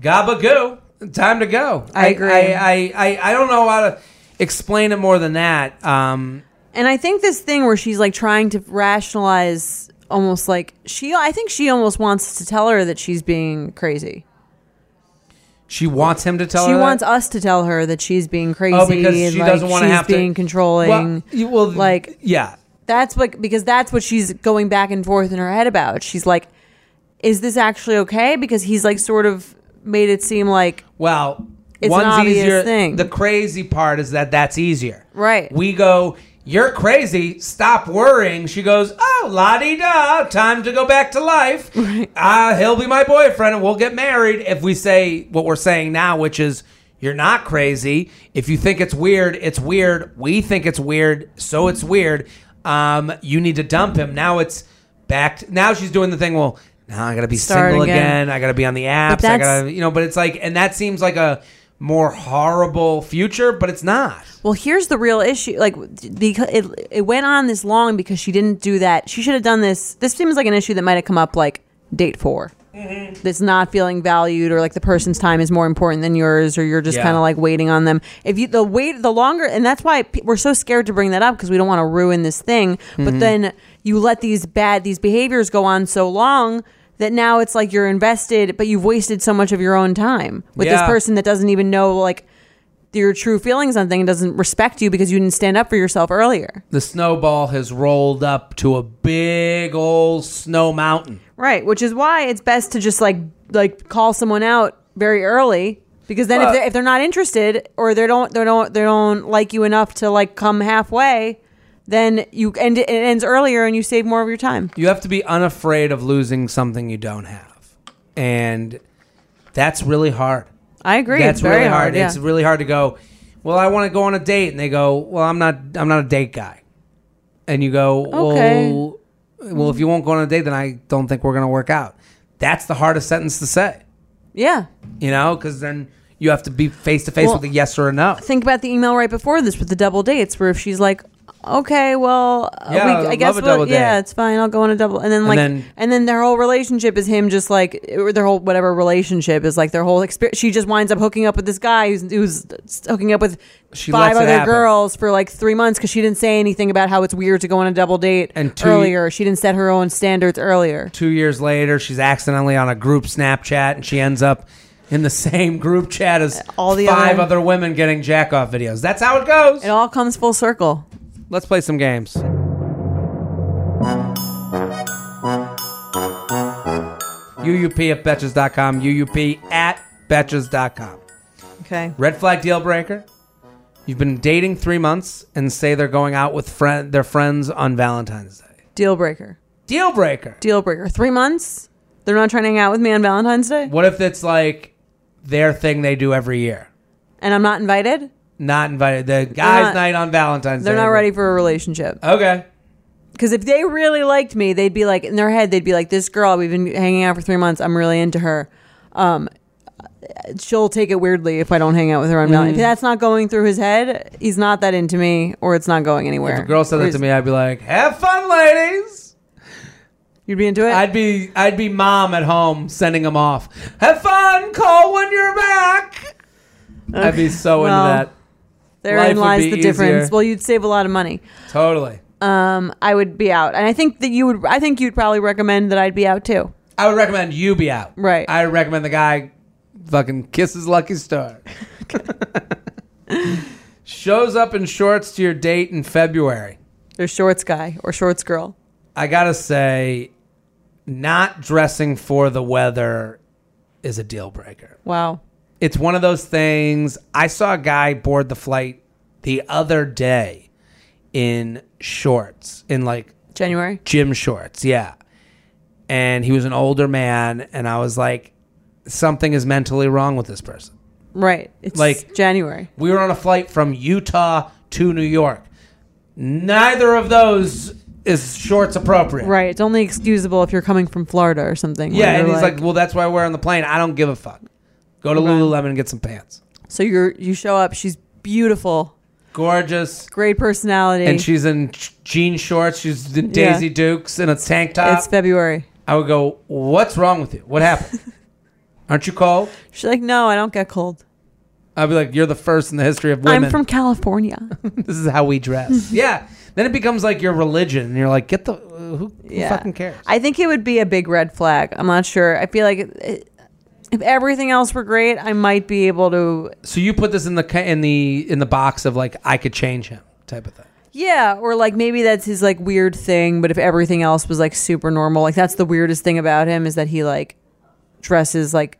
S2: gabagoo. Time to go.
S3: I agree.
S2: I, I, I, I don't know how to explain it more than that. Um,
S3: And I think this thing where she's like trying to rationalize almost like she I think she almost wants to tell her that she's being crazy.
S2: she wants him to tell
S3: she
S2: her. that?
S3: wants us to tell her that she's being crazy
S2: Oh, because
S3: and
S2: she
S3: like
S2: doesn't want to
S3: she's
S2: have
S3: being
S2: to
S3: controlling.
S2: Well, you- well,
S3: like-
S2: yeah,
S3: That's what because that's what she's going back and forth in her head about. She's like, "Is this actually okay?" Because he's like sort of made it seem like
S2: Well,
S3: It's an
S2: one's
S3: obvious
S2: easier.
S3: thing.
S2: The crazy part is that that's easier.
S3: Right.
S2: We go, you're crazy. Stop worrying. She goes, oh, la di da. Time to go back to life. Right. Uh, he'll be my boyfriend, and we'll get married. If we say what we're saying now, which is. You're not crazy. If you think it's weird, it's weird. We think it's weird, so it's weird. Um, you need to dump him. Now it's back. t- now she's doing the thing. Well, now I gotta be
S3: Start
S2: single
S3: again.
S2: again. I gotta be on the apps. I
S3: that's-
S2: gotta you know but it's like and that seems like a more horrible future but it's not
S3: Well, here's the real issue. Like, the, it, it went on this long because she didn't do that. She should have done this. This seems like an issue that might have come up like date 4 That's not feeling valued, or like the person's time is more important than yours, or you're just
S2: Yeah.
S3: kind of like waiting on them. If you the wait, the longer, and that's why pe- we're so scared to bring that up because we don't want to ruin this thing. But then you let these bad these behaviors go on so long that now it's like you're invested, but you've wasted so much of your own time with this
S2: Yeah.
S3: person that doesn't even know like your true feelings on thing and doesn't respect you because you didn't stand up for yourself earlier.
S2: the snowball has rolled up to a big old snow mountain
S3: Right, which is why it's best to just like like call someone out very early because then
S2: Well-
S3: if they're, if they're not interested or they don't they don't they don't like you enough to like come halfway, then you end it ends earlier and you save more of your time.
S2: you have to be unafraid of losing something you don't have and that's really hard
S3: I agree.
S2: that's
S3: it's very
S2: really
S3: hard.
S2: hard,
S3: yeah.
S2: it's really hard to go well i want to go on a date and they go well i'm not i'm not a date guy and you go well
S3: Okay.
S2: well if you won't go on a date then i don't think we're going to work out that's the hardest sentence to say
S3: yeah.
S2: you know, because then you have to be face to face
S3: Well-
S2: with a yes or a no.
S3: Think about the email right before this with the double dates where if she's like okay well uh,
S2: Yeah, I
S3: we, i
S2: love a
S3: guess we'll,
S2: double
S3: yeah
S2: date.
S3: it's fine i'll go on a double and then like and
S2: then-
S3: then, their whole relationship is him just like or their whole whatever relationship is like their whole experience she just winds up hooking up with this guy who's who's hooking up with
S2: She
S3: five
S2: lets it
S3: other
S2: happen.
S3: girls for like three months because she didn't say anything about how it's weird to go on a double date
S2: And two-
S3: earlier she didn't set her own standards earlier
S2: Two years later, she's accidentally on a group Snapchat, and she ends up in the same group chat as
S3: All the
S2: five
S3: other-
S2: other women getting jack off videos. That's how it goes.
S3: it all comes full circle
S2: Let's play some games. UUP at Betches.com, UUP at Betches.com.
S3: okay
S2: Red flag deal breaker. You've been dating three months and say they're going out with friend their friends on Valentine's Day.
S3: deal breaker
S2: Deal breaker.
S3: deal breaker three months they're not trying to hang out with me on valentine's day
S2: What if it's like their thing they do every year?
S3: and i'm not invited
S2: Not invited. The guys'
S3: not-
S2: night on Valentine's
S3: They're
S2: Day.
S3: not ready for a relationship.
S2: Okay.
S3: Because if they really liked me, they'd be like, in their head, they'd be like, this girl, we've been hanging out for three months. I'm really into her. Um, she'll take it weirdly if I don't hang out with her on
S2: Mm.
S3: Valentine's. If that's not going through his head, he's not that into me or it's not going anywhere.
S2: If a girl said
S3: Or
S2: that to
S3: he's-
S2: me, I'd be like, "Have fun, ladies."
S3: You'd be into it?
S2: I'd be I'd be mom at home sending them off. Have fun. Call when you're back. I'd be so
S3: Well,
S2: into life
S3: Therein
S2: would
S3: lies
S2: be
S3: the difference.
S2: easier.
S3: Well, you'd save a lot of money.
S2: that. Totally.
S3: Um, I would be out. And I think that you would, I think you'd probably recommend that I'd be out too.
S2: I would recommend you be out.
S3: Right.
S2: I recommend the guy fucking kiss his lucky star. Shows up in shorts to your date in February.
S3: There's shorts guy or shorts girl.
S2: I gotta say, not dressing for the weather is a deal breaker.
S3: Wow.
S2: It's one of those things. I saw a guy board the flight the other day in shorts, in like
S3: January.
S2: gym shorts, yeah. And he was an older man, and I was like, something is mentally wrong with this person.
S3: Right. It's
S2: Like-
S3: like January.
S2: We were on a flight from Utah to New York. Neither of those is shorts appropriate.
S3: Right. It's only excusable if you're coming from Florida or something. where
S2: Yeah, and
S3: you're
S2: he's like, well, that's why we're on the plane. I don't give a fuck. Go to Lululemon and get some pants.
S3: so you're you show up. She's beautiful,
S2: Gorgeous.
S3: great personality,
S2: And she's in ch- jean shorts. She's in
S3: Yeah.
S2: Daisy Dukes and a tank top.
S3: it's February.
S2: I would go, what's wrong with you? What happened? Aren't you cold?
S3: She's like, no, I don't get cold.
S2: I'd be like, you're the first in the history of women.
S3: I'm from California.
S2: this is how we dress. yeah. Then it becomes like your religion, and you're like, get the uh, who, who
S3: Yeah.
S2: fucking cares?
S3: I think it would be a big red flag. I'm not sure. I feel like it, if everything else were great, I might be able to.
S2: so you put this in the ca- in the in the box of like I could change him type of thing.
S3: Yeah, or like maybe that's his like weird thing. But if everything else was like super normal, like that's the weirdest thing about him is that he like dresses like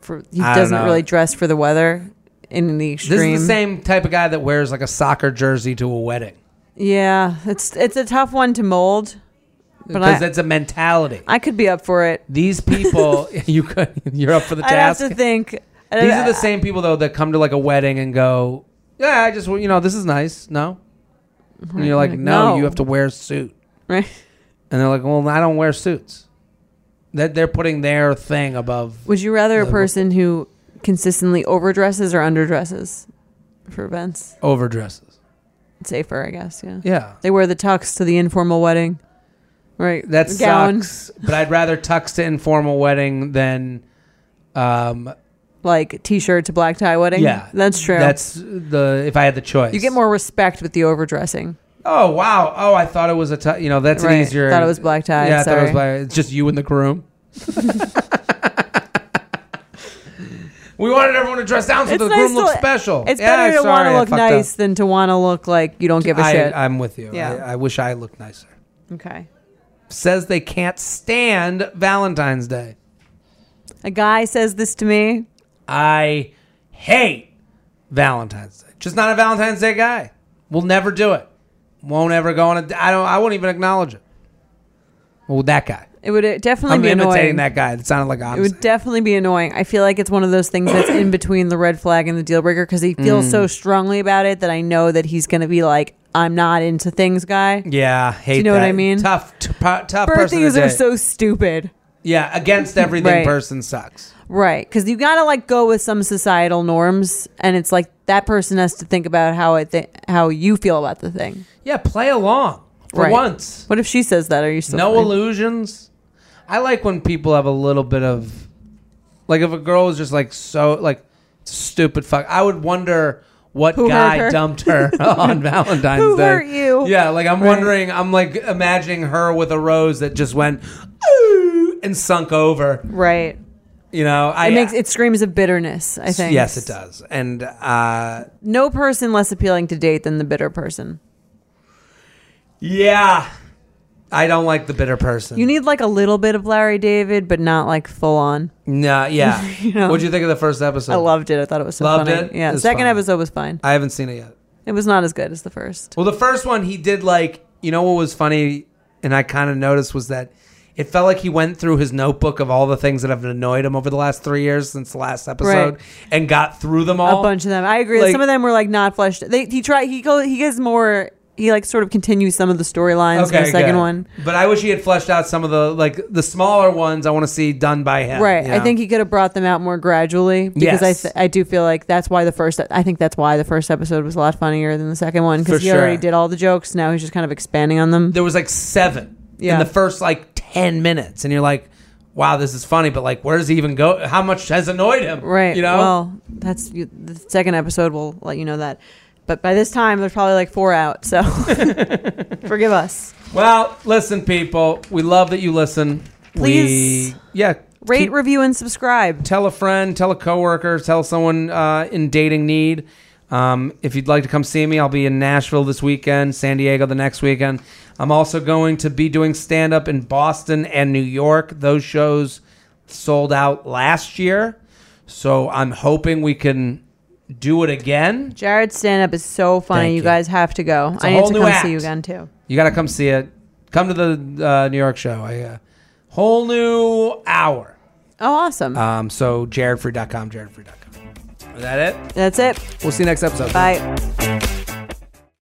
S3: for he
S2: I don't
S3: doesn't
S2: know.
S3: really dress for the weather in the
S2: This
S3: extreme.
S2: is the same type of guy that wears like a soccer jersey to a wedding
S3: Yeah, it's it's a tough one to mold, but
S2: because
S3: I,
S2: that's a mentality.
S3: I could be up for it.
S2: These people, you could you're up for the
S3: I'd have
S2: task.
S3: to think.
S2: These are the same people though that come to like a wedding and go, yeah, I just you know this is nice. No, and you're like, no,
S3: No.
S2: you have to wear a suit,
S3: right?
S2: and they're like, well, I don't wear suits. That they're putting their thing above.
S3: Would you rather a person who consistently overdresses or underdresses for events?
S2: overdresses.
S3: It's safer, I guess. Yeah.
S2: Yeah.
S3: They wear the tux to the informal wedding, right?
S2: That
S3: Gown.
S2: sucks. But I'd rather tux to informal wedding than um
S3: like t-shirt to black tie wedding.
S2: yeah.
S3: that's true.
S2: That's the if I had the choice.
S3: you get more respect with the overdressing.
S2: Oh wow. Oh, I thought it was a tu- you know, that's an
S3: Right.
S2: easier
S3: Thought it was black tie.
S2: Yeah, I thought it was
S3: Sorry.
S2: black. It's just you and the groom. we wanted everyone to dress down so
S3: It's
S2: the
S3: nice
S2: groom
S3: to
S2: looks
S3: look-
S2: special.
S3: It's
S2: Yeah,
S3: better to
S2: sorry,
S3: want
S2: I
S3: to look
S2: fucked up.
S3: nice than to want to look like you don't give a shit.
S2: I, am with you.
S3: Yeah.
S2: I, I wish I looked nicer.
S3: okay.
S2: Says they can't stand Valentine's Day.
S3: A guy says this to me.
S2: I hate Valentine's Day. Just not a Valentine's Day guy. We'll never do it. Won't ever go on a. I don't. I won't even acknowledge it. Well, that guy.
S3: It would uh, definitely
S2: I'm
S3: be
S2: imitating
S3: annoying.
S2: that guy. It sounded like
S3: It
S2: I'm.
S3: would definitely be annoying. I feel like it's one of those things that's in between the red flag and the deal breaker because he feels so strongly about it that I know that he's going to be like, "I'm not into things, guy."
S2: yeah, hate.
S3: you know what
S2: that.
S3: I mean?
S2: Tough, t- pro- tough person.
S3: Birthdays
S2: to
S3: are
S2: date.
S3: so stupid,
S2: Yeah, against everything.
S3: Right.
S2: Person sucks.
S3: right? Because you got to like go with some societal norms, and it's like that person has to think about how it th- how you feel about the thing.
S2: Yeah, play along for
S3: Right.
S2: once.
S3: What if she says that? Are you still
S2: no
S3: fine?
S2: illusions. I like when people have a little bit of, like, if a girl is just like so, like, stupid fuck. I would wonder what
S3: Who hurt
S2: guy
S3: her?
S2: dumped her on Valentine's
S3: Who
S2: Day.
S3: hurt you?
S2: Yeah, like I'm wondering. I'm like imagining her with a rose that just went ooh and sunk over.
S3: right? It
S2: You know, I
S3: makes it screams of bitterness. I think
S2: Yes, it does. And uh,
S3: No person less appealing to date than the bitter person.
S2: yeah, I don't like the bitter person.
S3: You need like a little bit of Larry David, but not like full on.
S2: no, yeah.
S3: know.
S2: What'd you think of the first episode?
S3: I loved it. I thought it was so
S2: Loved
S3: funny.
S2: it?
S3: Yeah,
S2: It was
S3: second
S2: funny.
S3: episode was fine.
S2: I haven't seen it yet.
S3: It was not as good as the first.
S2: Well, the first one he did like you know what was funny, and I kind of noticed was that it felt like he went through his notebook of all the things that have annoyed him over the last three years since the last episode,
S3: Right.
S2: and got through them all.
S3: a bunch of them. I agree.
S2: Oh, like-
S3: some of them were like not fleshed. They, he tried. He go. He gets more. He like sort of continues some of the storylines in the second
S2: good.
S3: one.
S2: But I wish he had fleshed out some of the like the smaller ones. I want to see done by him.
S3: Right.
S2: you
S3: I
S2: know?
S3: think he could have brought them out more gradually because
S2: Yes.
S3: I th- I do feel like that's why the first I think that's why the first episode was a lot funnier than the second one
S2: For
S3: because he
S2: sure.
S3: already did all the jokes. Now he's just kind of expanding on them.
S2: there was like seven in
S3: Yeah.
S2: the first like ten minutes, and you're like, wow, this is funny, but like, where does he even go? How much has annoyed him?
S3: Right.
S2: You know.
S3: Well, that's you, the second episode will let you know that. But by this time, there's probably like four out. So forgive us.
S2: Well, listen, people. We love that you listen.
S3: Please
S2: we, yeah,
S3: Rate,
S2: keep-
S3: review, and subscribe.
S2: tell a friend, tell a coworker, tell someone uh, in dating need. Um, if you'd like to come see me, I'll be in Nashville this weekend, San Diego the next weekend. I'm also going to be doing stand up in Boston and New York. Those shows sold out last year, so I'm hoping we can do it again.
S3: Jared's stand up is so funny.
S2: Thank
S3: You,
S2: you.
S3: guys have to go.
S2: a
S3: I need
S2: whole
S3: to
S2: new
S3: come
S2: act.
S3: see you again too.
S2: You got to come see it. Come to the uh, New York show. A uh, whole new hour.
S3: Oh, awesome.
S2: Um, so jaredfree.com, jaredfree.com. Is that it?
S3: That's it.
S2: We'll see you next episode.
S3: Bye.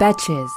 S4: Betches.